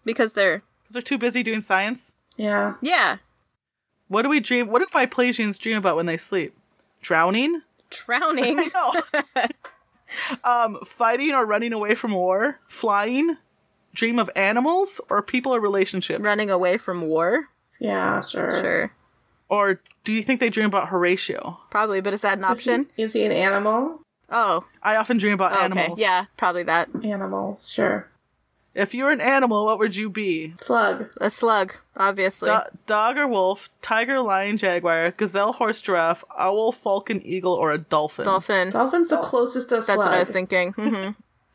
Because they're. 'Cause they're too busy doing science. yeah. Yeah. What do we dream? What do biplasians dream about when they sleep? Drowning? Drowning. No. um, fighting or running away from war, flying, dream of animals, or people or relationships. Running away from war. Yeah, sure. Sure. Or do you think they dream about Horatio? Probably, but is that an option? Is he an animal? Oh, I often dream about Oh, animals. Okay. Yeah, probably that. Animals, sure. If you were an animal, what would you be? Slug. A slug, obviously. Do- dog or wolf, tiger, lion, jaguar, gazelle, horse, giraffe, owl, falcon, eagle, or a dolphin. Dolphin. Dolphin's the closest to That's slug. what I was thinking. hmm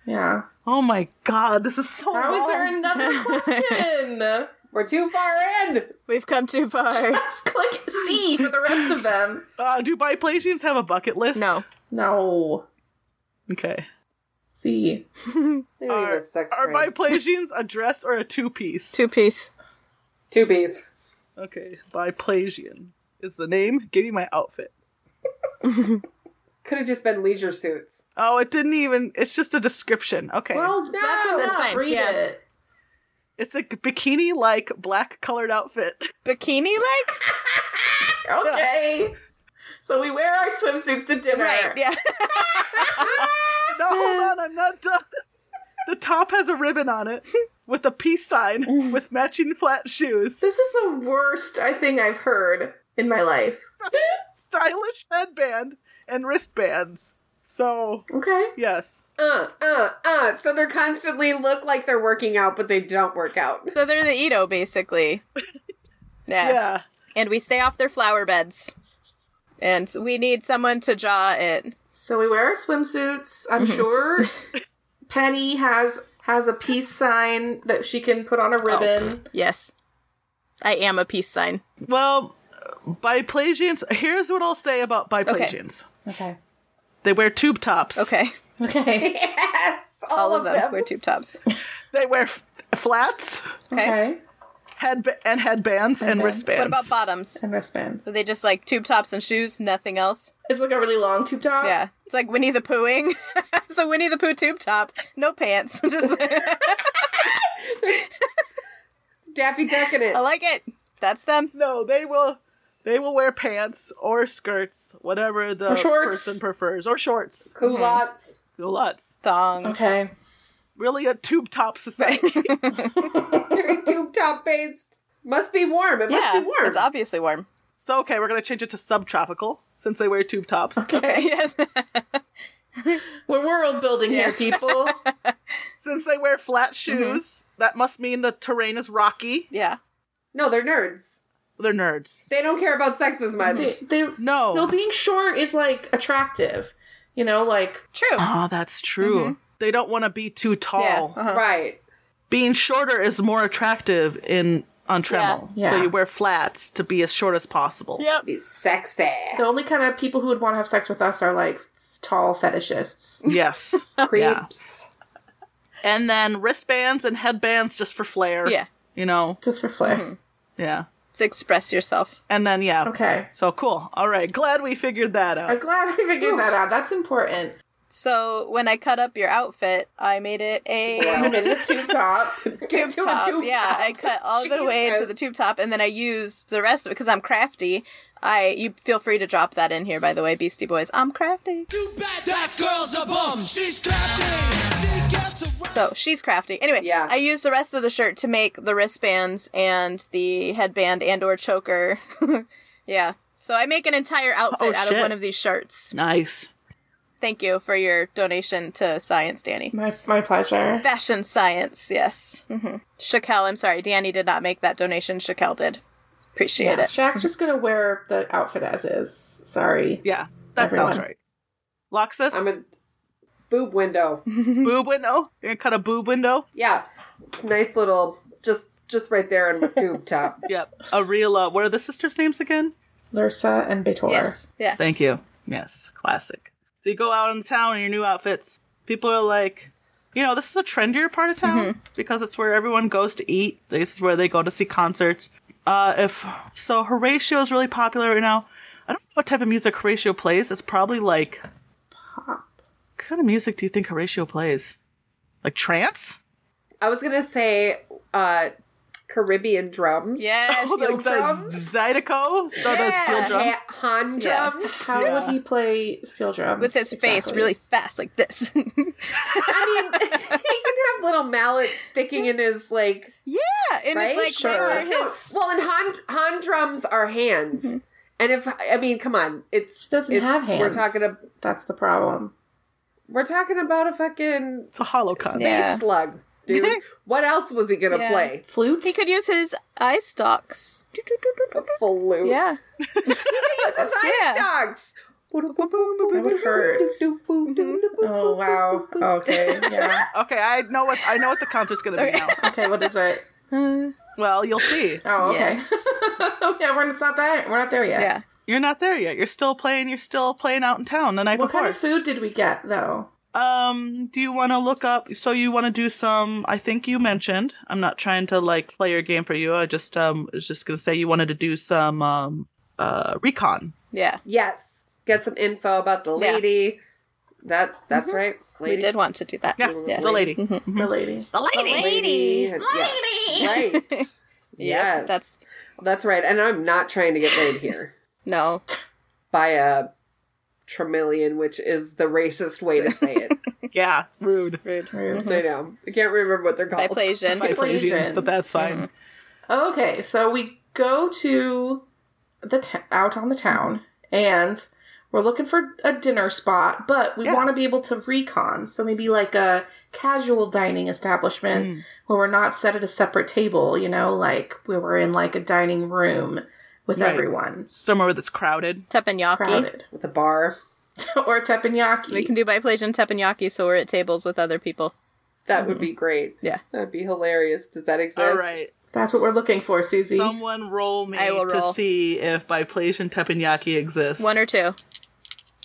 Yeah. Oh my god, this is so. How is there long. another question? We're too far in. We've come too far. Just click C for the rest of them. Uh, do Biplagians have a bucket list? No. No. Okay. C. They don't Are, even sex are train. Biplagians a dress or a two piece? Two piece. Two bees. Okay, Biplagian is the name. Give me my outfit. Could have just been leisure suits. Oh, it didn't even. It's just a description. Okay. Well, that's No. enough. That's fine, Read yeah. it. it's a bikini like black colored outfit. Bikini like? Okay. So we wear our swimsuits to dinner. Right, yeah. no, hold on, I'm not done. The top has a ribbon on it with a peace Mm. sign with matching flat shoes, This is the worst I think I've heard in my life. stylish headband, and wristbands. So, Okay. yes. Uh, uh, uh. So they're constantly look like they're working out, but they don't work out. So they're the Edo, basically. Yeah. Yeah. And we stay off their flower beds. And we need someone to draw it. So we wear our swimsuits. I'm sure Penny has has a peace sign that she can put on a ribbon. Yes. I am a peace sign. Well, biplagians, here's what I'll say about biplagians Okay. they wear tube tops, Okay. Okay. Yes, all, All of them wear tube tops. they wear f- flats. Okay. Okay. Head and headbands and Headbands. wristbands. What about bottoms? And wristbands. So they just like tube tops and shoes, nothing else. It's like a really long tube top. Yeah. It's like Winnie the Poohing. it's a Winnie the Pooh tube top, no pants. just Daffy Duck in it. I like it. That's them. No, they will. They will wear pants or skirts, whatever the Or shorts. person prefers, or shorts, Culottes. culottes. Thongs. Okay. Really, a tube top society. Very tube top based. Must be warm. It must Yeah. be warm. It's obviously warm. so okay, we're gonna change it to subtropical since they wear tube tops. Okay. Yes. We're world building Yes. here, people. Since they wear flat Mm-hmm. shoes, that must mean the terrain is rocky. yeah. No, they're nerds. They're nerds. They don't care about sex as much. they, they No. no being short is like attractive. You know, like True. Oh, that's true. Mm-hmm. They don't want to be too tall. Yeah. Uh-huh. Right. Being shorter is more attractive in on Tremel. Yeah. So Yeah. you wear flats to be as short as possible. Yep. Be sexy. the only kind of people who would want to have sex with us are like tall fetishists. Yes. Creeps. and then wristbands and headbands just for flair. Yeah. You know, Just for flair. Mm-hmm. yeah. To express yourself. And then yeah. Okay. So cool. All right. Glad we figured that out. I'm glad I figured that out. That's important. So when I cut up your outfit, I made it a You made a tube top. tube To a top. tube yeah, top. I cut all the way to Jesus. the tube top, and then I used the rest of it because I'm crafty. I you feel free to drop that in here, by the way, Beastie Boys. I'm crafty. Too bad that girl's a bum. She's crafty. She gets around. So she's crafty. Anyway, Yeah. I used the rest of the shirt to make the wristbands and the headband and or choker. yeah. So I make an entire outfit Oh, out of shit. one of these shirts. Nice. Thank you for your donation to Science, Danny. My, my pleasure. Fashion science, yes. Mm-hmm. Shakel, I'm sorry, Danny did not make that donation. Shakel did. Appreciate it. Shaq's just gonna wear the outfit as is. Sorry. Yeah. That Everyone. sounds right. Loxus, I'm a boob window. Mm-hmm. boob window. You're gonna cut a boob window. Yeah. Nice little just just right there in the tube top. Yep. A real. Uh, what are the sisters' names again? Lursa and Betor. Yes. Yeah. Thank you. Yes. Classic. So you go out in town in your new outfits. People are like, you know, this is a trendier part of town because it's where everyone goes to eat. This is where they go to see concerts. Uh, if so, Horatio is really popular right now. I don't know what type of music Horatio plays. It's probably like pop. What kind of music do you think Horatio plays? Like trance? I was gonna say uh Caribbean drums. Yes. Oh, steel like the drums? Zydeco? So the Yeah. steel drum? Ha- Han Yeah. drums. How would he play steel drums? With his face Exactly. really fast, like this. I mean, he can have little mallets sticking in his like. yeah. And Right? it's like Sure. they were his. Well, and Han Han drums are hands, and if I mean, come on, it's doesn't it's- have hands. We're talking a, That's the problem. we're talking about a fucking It's a hollow cup. space Yeah. slug, dude. what else was he gonna Yeah. play? Flute. He could use his eye stalks. Flute. Yeah. He uses eye Yeah. stalks. That would hurt. Mm-hmm. Oh wow. Okay. Yeah. Okay, I know what I know what the counter's gonna be now. Okay. What is it? Uh, Well, you'll see. Oh, okay. Yes. yeah, we're it's not that we're not there yet. Yeah. You're not there yet. You're still playing. You're still playing out in town the night What before. kind of food did we get though? Um, do you want to look up? So you want to do some? I think you mentioned. I'm not trying to like play your game for you. I just um was just gonna say you wanted to do some um uh recon. Yeah. Yes. Get some info about the Yeah. Mm-hmm. lady. That that's right. We did want to do that. Yeah, Yes. Mm-hmm. the lady. The lady. The The lady. lady. had- yeah, Right. yes. Yeah, that's that's right. And I'm not trying to get laid here no. by a Tremillion, which is the racist way to say it. Yeah, rude. Rude. I know. I can't remember what they're called. Biplasian. Biplasians, but that's fine. Mm-hmm. Okay, so we go to the t- out on the town, and we're looking for a dinner spot, but we Yes. want to be able to recon. So maybe like a casual dining Mm. establishment where we're not set at a separate table. You know, like where we're in like a dining room with Right. everyone Somewhere that's crowded. Teppanyaki. crowded, With a bar. or teppanyaki. We can do biplasian teppanyaki so we're at tables with other people. That would be great. Mm-hmm. Yeah. That'd be hilarious. Does that exist? All right. That's what we're looking for, Susie. Someone roll me I will to roll. see if Biplasian teppanyaki exists. One or two.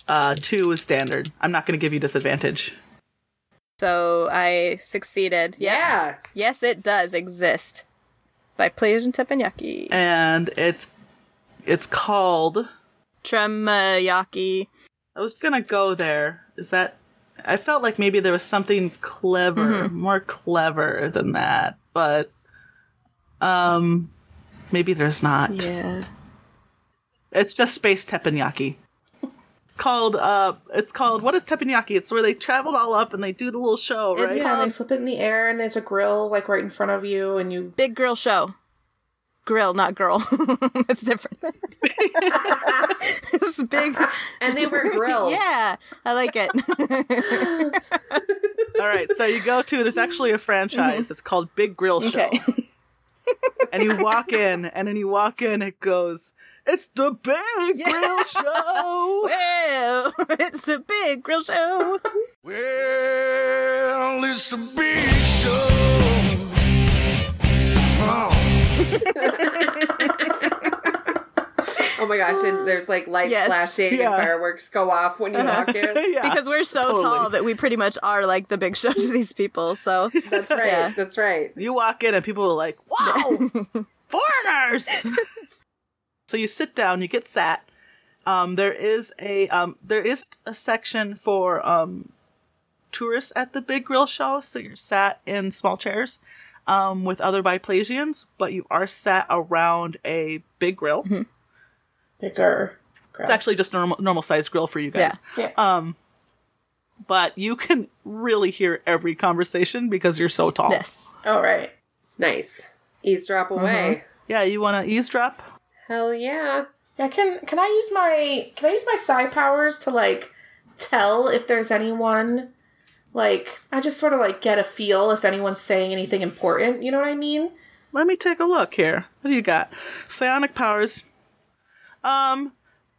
uh, two is standard. I'm not going to give you disadvantage. So I succeeded. Yeah. Yeah. Yes, it does exist. Biplasian teppanyaki. And it's it's called Tremayaki. I was gonna go there. Is that? I felt like maybe there was something clever, Mm-hmm. more clever than that, but um, maybe there's not. Yeah. It's just space teppanyaki. It's called uh, it's called what is teppanyaki? It's where they traveled all up and they do the little show, It's right? yeah, and they flip it in the air, and there's a grill like right in front of you, and you Big girl show. Grill, not girl. That's different. it's big. And they wear grills. Yeah, I like it. all right, so you go to there's actually a franchise. It's called Big Grill Show. Mm-hmm. okay. and you walk in, and then you walk in, it goes, it's the Big Grill Show. Well, it's the big grill show. Well, it's a big show. Oh. Oh my gosh. And there's like lights Yes. Uh-huh. flashing Yeah. and fireworks go off when you walk in. yeah. Because we're so Totally. tall that we pretty much are like the big show to these people. So That's right. Yeah. That's right. You walk in and people are like, "Wow, foreigners!" so you sit down, you get sat. Um, there is a um, there is a section for um, tourists at the Big Grill Show, so you're sat in small chairs um, with other biplasians, but you are sat around a big grill. bigger. It's actually just a normal normal sized grill for you guys. Yeah. Um, but you can really hear every conversation because you're so tall. yes, All Oh, right. Nice. Eavesdrop Mm-hmm. away. Yeah, you want to eavesdrop? Hell yeah. Yeah, can can I use my can I use my psi powers to like tell if there's anyone like I just sort of like get a feel if anyone's saying anything important, you know what I mean? Let me take a look here. What do you got? Psionic powers. Um,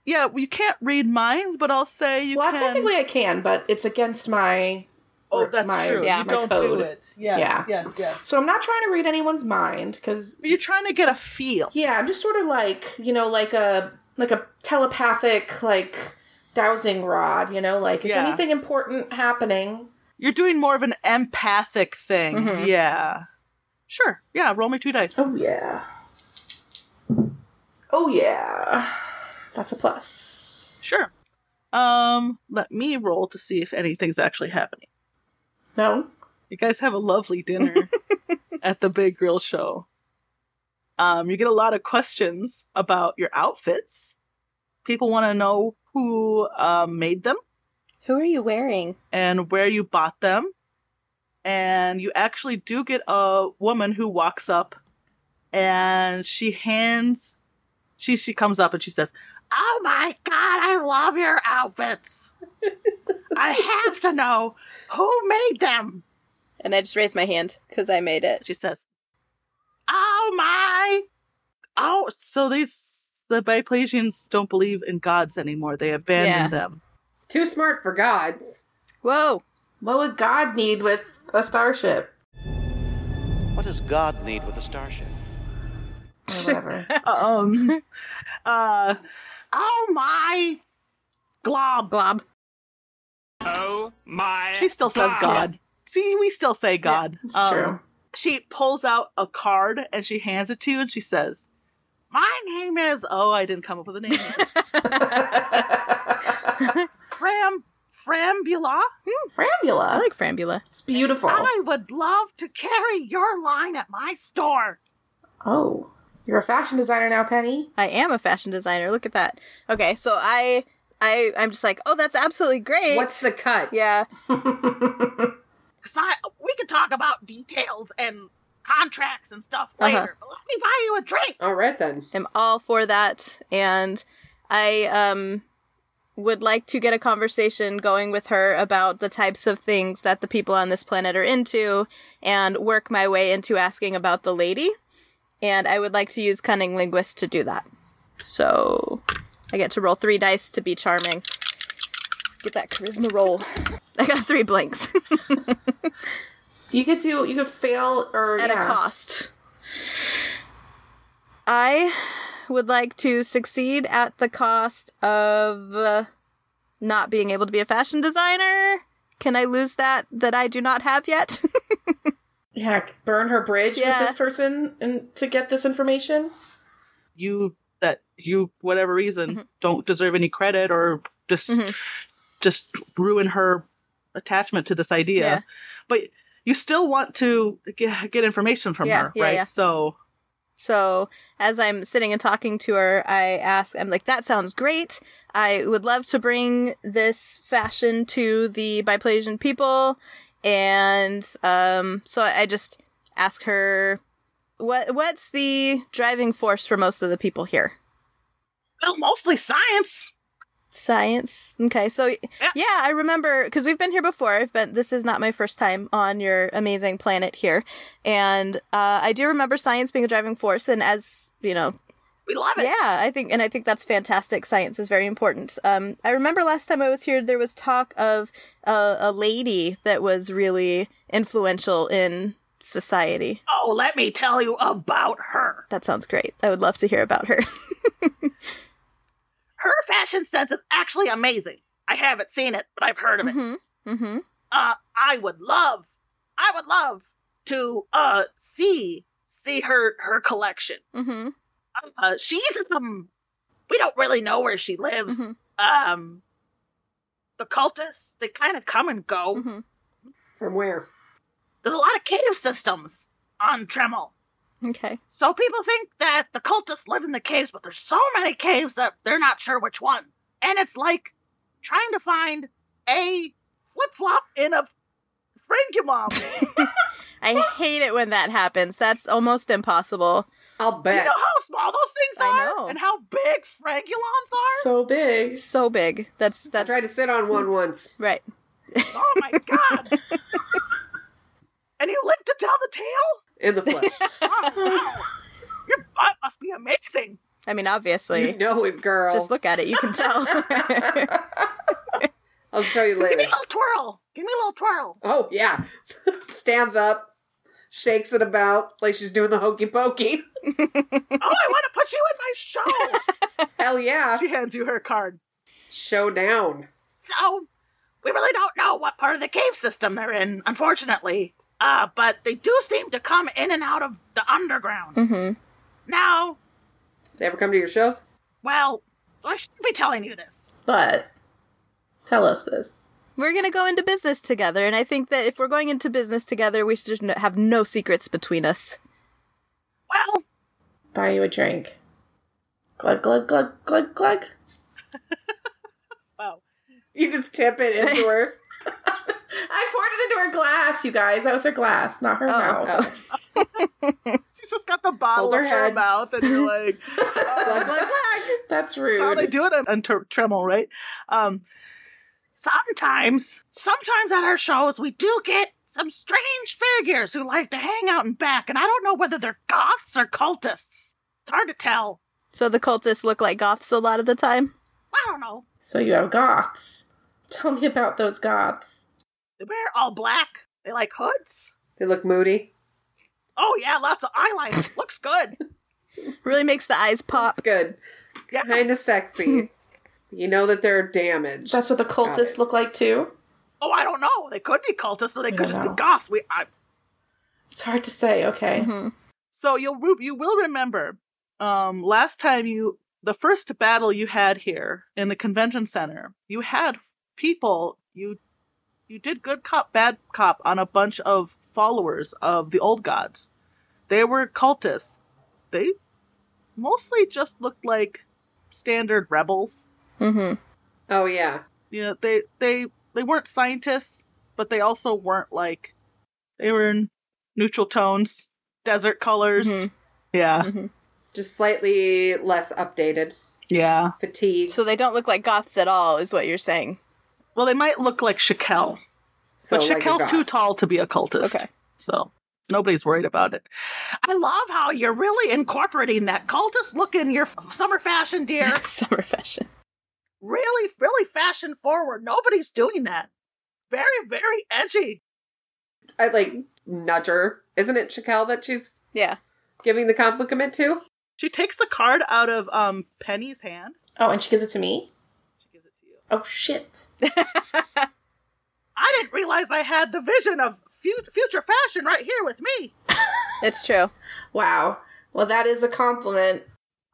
yeah, well, you can't read minds, but I'll say you Well, can. technically I can, but it's against my oh, that's my- true. yeah, you my don't code. do it. Yes, Yeah. yes, yes. So I'm not trying to read anyone's mind cuz But You're trying to get a feel. yeah, I'm just sort of like, you know, like a like a telepathic like dowsing rod, you know, like is Yeah. anything important happening? You're doing more of an empathic thing. Mm-hmm. Yeah. Sure. Yeah. Roll me two dice. Oh yeah. Oh yeah. That's a plus. Sure. Um, let me roll to see if anything's actually happening. No. You guys have a lovely dinner at the Big Grill Show. Um, you get a lot of questions about your outfits. People want to know who um, made them who are you wearing? and where you bought them. And you actually do get a woman who walks up and she hands she she comes up and she says, "Oh my god, I love your outfits. I have to know who made them." And I just raised my hand because I made it. She says, "Oh my, oh!" So these the Biplasians don't believe in gods anymore. They abandoned them. Too smart for gods. Whoa. What would God need with a starship? What does God need with a starship? Or Whatever. um, uh, oh my glob. Glob. Oh She still says God. See, we still say God. it's Um, true. She pulls out a card and she hands it to you and she says, My name is. Oh, I didn't come up with a name. Fram. Frambula. Frambula. I like Frambula. it's beautiful. I would love to carry your line at my store. Oh, you're a fashion designer now, Penny. I am a fashion designer. Look at that. Okay, so I I I'm just like, "Oh, that's absolutely great." What's the cut? Yeah. Cause I, we could talk about details and contracts and stuff later. Uh-huh. But let me buy you a drink. All right then. am all for that and i um would like to get a conversation going with her about the types of things that the people on this planet are into and work my way into asking about the lady and i would like to use cunning linguist to do that so i get to roll three dice to be charming get that charisma roll i got three blanks You could do. You could fail or at yeah. a cost. I would like to succeed at the cost of uh, not being able to be a fashion designer. Can I lose that that I do not have yet? Yeah, burn her bridge Yeah. with this person and to get this information. You that you whatever reason Mm-hmm. don't deserve any credit or just Mhm. just ruin her attachment to this idea. Yeah. But you still want to get, get information from Yeah, her, yeah, right? yeah. So so, as I'm sitting and talking to her, I ask, I'm like, that sounds great. I would love to bring this fashion to the Biplasian people. And um, so I I just ask her, what what's the driving force for most of the people here? well, mostly science. Science. Okay, so yeah, I remember because we've been here before. I've been. This is not my first time on your amazing planet here, and uh, I do remember science being a driving force. And as you know, We love it. yeah, I think, and I think that's fantastic. Science is very important. Um, I remember last time I was here, there was talk of uh, a lady that was really influential in society. Oh, let me tell you about her. That sounds great. I would love to hear about her. Her fashion sense is actually amazing. I haven't seen it, but I've heard of it. mm-hmm. Mm-hmm. uh, I would love, I would love to uh see see her her collection. Mm-hmm. Uh, she's um, we don't really know where she lives. Mhm. Um, the cultists they kind of come and Oh. go. Mhm. From where? There's a lot of cave systems on Tremel. Okay. So people think that the cultists live in the caves, but there's so many caves that they're not sure which one. And it's like trying to find a flip flop in a frangulum. I hate it when that happens. That's almost impossible. I'll Do you bet. know how small those things I are? know. And how big frangulons are? So big. It's so big. That's I that's tried to sit on one once. right. Oh my god! and you live to tell the tale? In the flesh. Oh, wow. Your butt must be amazing. I mean, you obviously, know it, girl. just look at it. You can tell. I'll show you Give me later. a little twirl. Give me a little twirl. Oh yeah. Stands up, shakes it about like she's doing the hokey pokey. Oh, I want to put you in my show. Hell yeah. she hands you her card. Showdown. So, we really don't know what part of the cave system they're in, unfortunately. Uh, but they do seem to come in and out of the underground. Mhm. Now, They ever come to your shows? well, so I shouldn't be telling you this. But tell us this. we're gonna go into business together, and I think that if we're going into business together, we should n- have no secrets between us. Well, Buy you a drink. Glug glug glug glug glug. wow. You just tip it into her. I poured it into her glass, you guys. That was her glass, not her Oh, mouth. Oh. She's just got the bottle Hold her of her head. mouth, and you're like, oh. Glug, glug, glug. That's how they rude. do it on, on Tur- Tremel, right? Um, sometimes, sometimes at our shows, we do get some strange figures who like to hang out in back, and I don't know whether they're goths or cultists. It's hard to tell. So the cultists look like goths a lot of the time. I don't know. So you have goths. Tell me about those goths. They wear all black. They like hoods. They look moody. Oh yeah, lots of eyeliner. Looks good. Really makes the eyes pop. It's good. Yeah. Kind of sexy. you know that they're damaged. That's what the cultists look like too. Oh, I don't know. They could be cultists, or they could I just don't be know. goths. We, I, It's hard to say. Okay. Mhm. So you'll re- you will remember um, last time you the first battle you had here in the convention center. You had people you you did good cop bad cop on a bunch of followers of the old gods. They were cultists. They mostly just looked like standard rebels. Mhm. Oh yeah. You know, they they they weren't scientists, but they also weren't like they were in neutral tones, desert colors. Mhm. Yeah. Just slightly less updated. Yeah. Fatigued. So they don't look like goths at all, is what you're saying. Well, they might look like Shakel, So but like a Shakel's goth. too tall to be a cultist. Okay. So nobody's worried about it. I love how you're really incorporating that cultist look in your f- summer fashion, dear. Summer fashion. really, really fashion forward. Nobody's doing that. Very, very edgy. I like nudge her. Isn't it Chacal that she's Yeah. giving the compliment to? She takes the card out of um, Penny's hand. Oh, and she gives it to me. She gives it to you. Oh shit. I didn't realize I had the vision of fu- future fashion right here with me. That's true. Wow. Well, that is a compliment.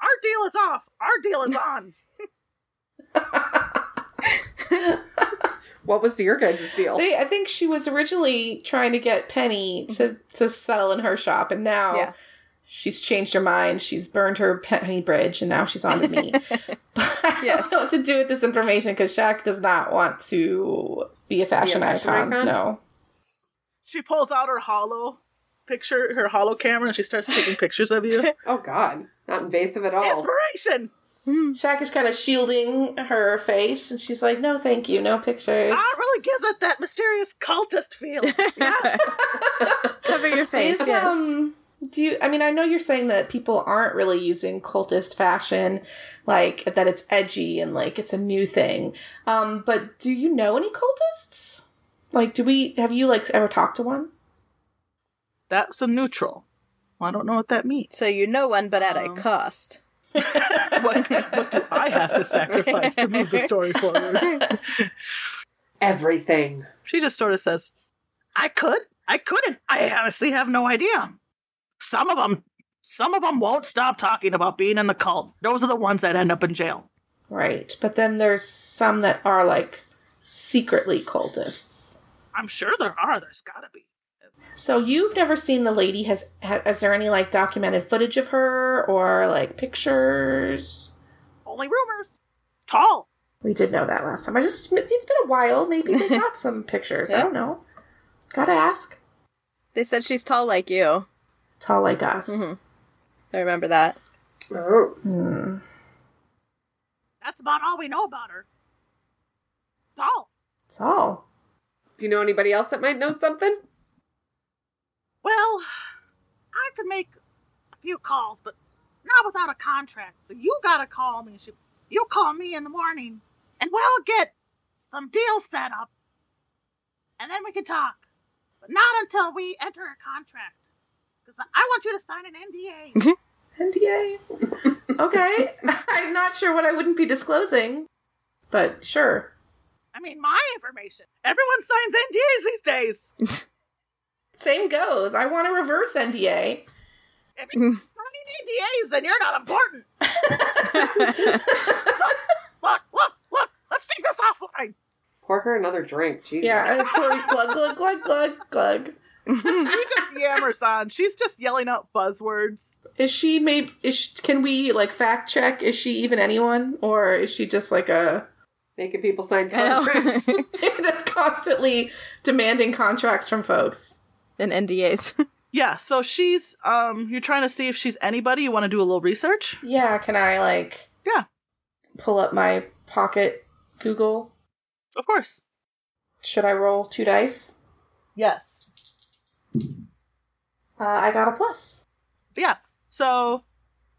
Our deal is off. Our deal is on. What was your guys' deal? They, I think she was originally trying to get Penny to to sell in her shop, and now Yeah. she's changed her mind. She's burned her Penny bridge, and now she's on to me. but I Yes. don't know what to do with this information because Shaq does not want to be a fashion, fashion icon. icon? No. She pulls out her hollow picture, her hollow camera, and she starts taking pictures of you. oh god. Not invasive at all. Inspiration. Shaq is kind of shielding her face, and she's like, "No, thank you, no pictures. Ah, really gives it that mysterious cultist feel. Yes. Cover your face. Is, yes. um, do you? I mean, I know you're saying that people aren't really using cultist fashion, like that it's edgy and like it's a new thing. Um, but do you know any cultists? Like, do we have you like ever talked to one? That's a neutral. Well, I don't know what that means. so you know one, but at Um, a cost. What, what do I have to sacrifice to move the story forward? Everything. She just sort of says, I could. I couldn't. I honestly have no idea. Some of them, some of them won't stop talking about being in the cult. Those are the ones that end up in jail. Right, but then there's some that are like secretly cultists. I'm sure there are. There's gotta be. So you've never seen the lady? Has ha- is there any like documented footage of her or like pictures? Only rumors. Tall. We did know that last time. I just it's been a while. Maybe they got some pictures. I don't know. Gotta ask. They said she's tall like you. Tall like us. Mm-hmm. I remember that. Oh. Hmm. That's about all we know about her. Tall. It's all. Do you know anybody else that might know something? Well, I could make a few calls, but not without a contract. So you gotta call me. She, you call me in the morning, and we'll get some deals set up, and then we can talk. But not until we enter a contract, because I want you to sign an NDA. NDA. okay. I'm not sure what I wouldn't be disclosing, but sure. I mean, my information. Everyone signs NDAs these days. Same goes. I want a reverse NDA. If you're signing NDAs, then you're not important. look, look, look. Let's take this offline. Pour her another drink. Jesus. Yeah. it's like glug glug glug glug glug. she just yammers on. She's just yelling out buzzwords. Is she maybe? Is she, can we like fact check? Is she even anyone, or is she just like a Making people sign I know. contracts. that's constantly demanding contracts from folks. and NDAs. Yeah, so she's um you're trying to see if she's anybody. You want to do a little research? Yeah, can I like Yeah. pull up my pocket Google? Of course. Should I roll two dice? Yes. Uh, I got a plus. yeah so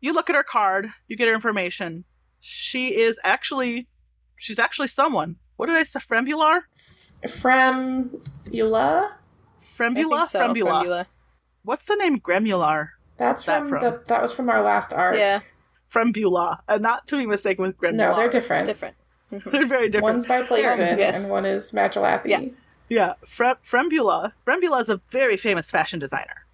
you look at her card, you get her information. She is actually, she's actually someone. What did I say? Frembular? Fremula? I think Frembula? so. Frembula. Frembula. What's the name? Gremular. That's That from, from. the that was from our last arc. Yeah, Frembula. Uh, not to be mistaken with Gremular. No, they're different. different. They're very different. One's by placement Yes. and one is Magilathy. Yeah. Yeah, Fre- Frembula. Frembula is a very famous fashion designer.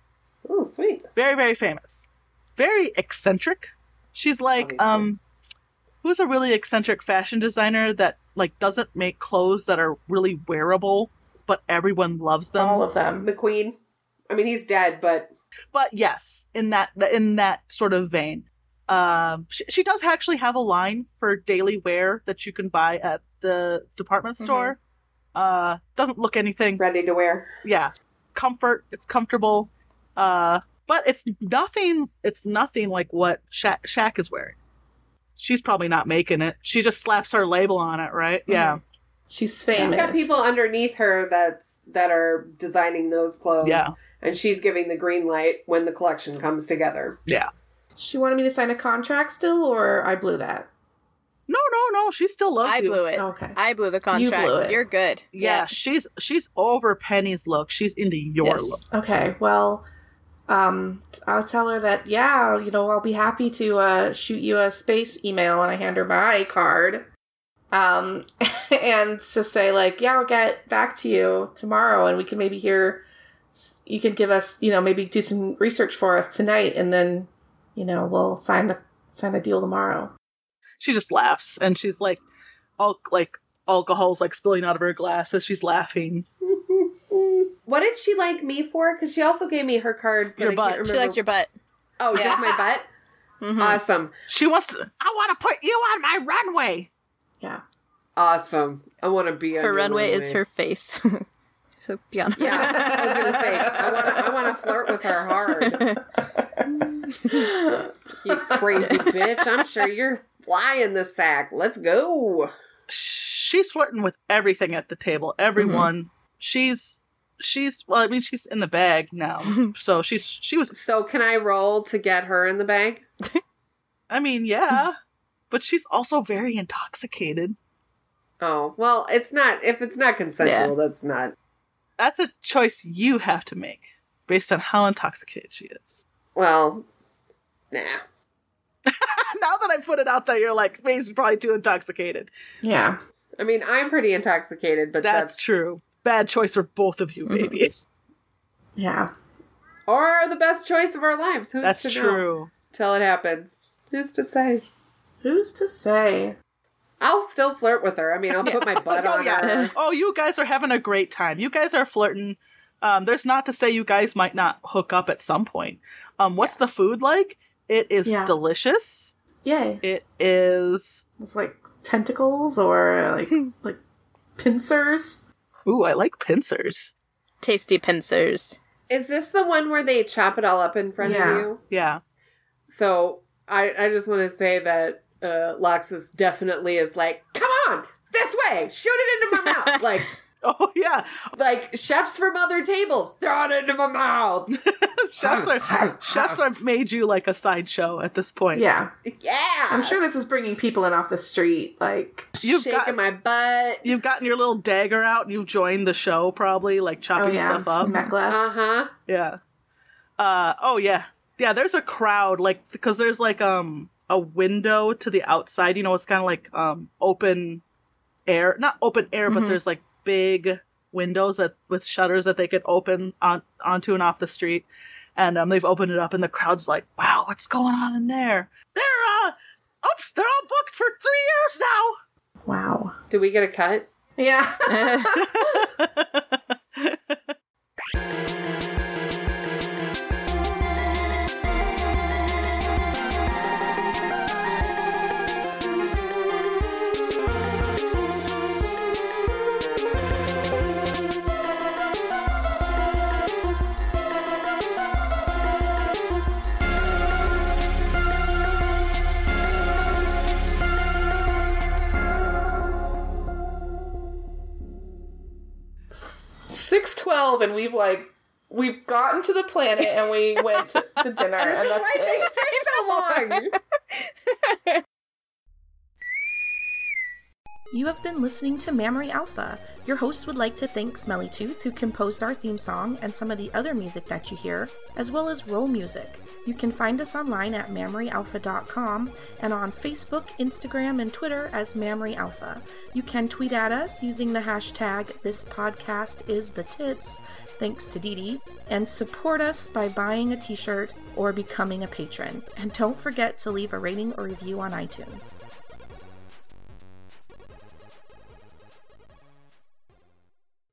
Ooh, sweet. Very, very famous. Very eccentric. She's like, Obviously. um, who's a really eccentric fashion designer that like doesn't make clothes that are really wearable, but everyone loves them. All of them. McQueen. I mean, he's dead, but but yes, in that in that sort of vein, um, she, she does actually have a line for daily wear that you can buy at the department Mm-hmm. store. Uh, doesn't look anything ready to wear. yeah comfort it's comfortable uh but it's nothing it's nothing like what Sha- Shaq is wearing she's probably not making it she just slaps her label on it right yeah She's She's famous. got people underneath her that's that are designing those clothes. Yeah. And she's giving the green light when the collection comes together. She wanted me to sign a contract still, or I blew that. no no no she still loves I you blew it. Okay. I blew the blew contract. it. are good. yeah, she's she's over penny's look she's into your Yes. look Okay. Well, um, I'll tell her that. Yeah, you know, I'll be happy to uh, shoot you a space email, and I hand her my card, um, and just say like, yeah, I'll get back to you tomorrow, and we can maybe hear. You can give us, you know, maybe do some research for us tonight, and then, you know, we'll sign the sign the deal tomorrow. she just laughs and she's like all like alcohol's like spilling out of her glass as she's laughing what did she like me for? Because she also gave me her card. But Your I butt. Can't remember. She liked your butt. oh, Yeah. just my butt. Mhm. Awesome, she wants to I want to put you on my runway. Yeah. awesome. I want to be on her your runway, is her face. so be on. Yeah, I was gonna say I want to. I want to flirt with her hard. you crazy bitch! I'm sure you're flying the sack. Let's go. she's flirting with everything at the table. Everyone. She's she's well, I mean, she's in the bag now, so she's she was. So can I roll to get her in the bag? I mean, yeah, but she's also very intoxicated. Oh well, it's not. If it's not consensual, that's not. That's a choice you have to make based on how intoxicated she is. Well, nah. now that I put it out there, you're like, "May's probably too intoxicated. Yeah. I mean, I'm pretty intoxicated, but That's, that's, true. Bad choice for both of you, babies. Yeah. or the best choice of our lives. Who's That's to know? true. Till it happens. Who's to say? Who's to say? I'll still flirt with her. I mean, I'll put my butt Oh on yeah. her. Oh, you guys are having a great time. You guys are flirting. Um, there's not to say you guys might not hook up at some point. Um, what's the food like? It is Yeah. delicious. Yay. It is. It's like tentacles or like like pincers. Ooh, I like pincers. Tasty pincers. Is this the one where they chop it all up in front Yeah. of you? Yeah. So I, I just want to say that uh, Loxus definitely is like, come on, this way, shoot it into my mouth. like, Oh yeah. like chefs from other tables, throw it into my mouth. Chefs are chefs are made you like a sideshow at this point. Yeah. Yeah, I'm sure this is bringing people in off the street. Like, You've shaking got- my butt. You've gotten your little dagger out and you've joined the show probably, like oh chopping yeah, stuff up. Mecla. Uh huh. Yeah. Uh oh yeah. Yeah, there's a crowd like because there's like um a window to the outside, you know, it's kind of like um open air, not open air, but there's like big windows that with shutters that they could open on onto and off the street. And um they've opened it up and the crowd's like, "Wow, what's going on in there?" They're uh oops, they're all booked for 3 years now. wow. Do we get a cut? Yeah. Six twelve, and we've like We've gotten to the planet and we went to, to dinner, and that's Why it. things take so long? You have been listening to Mammary Alpha. Your hosts would like to thank Smelly Tooth, who composed our theme song and some of the other music that you hear, as well as roll music. You can find us online at mammaryalpha.com and on Facebook, Instagram, and Twitter as Mammary Alpha. You can tweet at us using the hashtag this podcast is the tits, thanks to Dee Dee, and support us by buying a t shirt or becoming a patron. And don't forget to leave a rating or review on iTunes.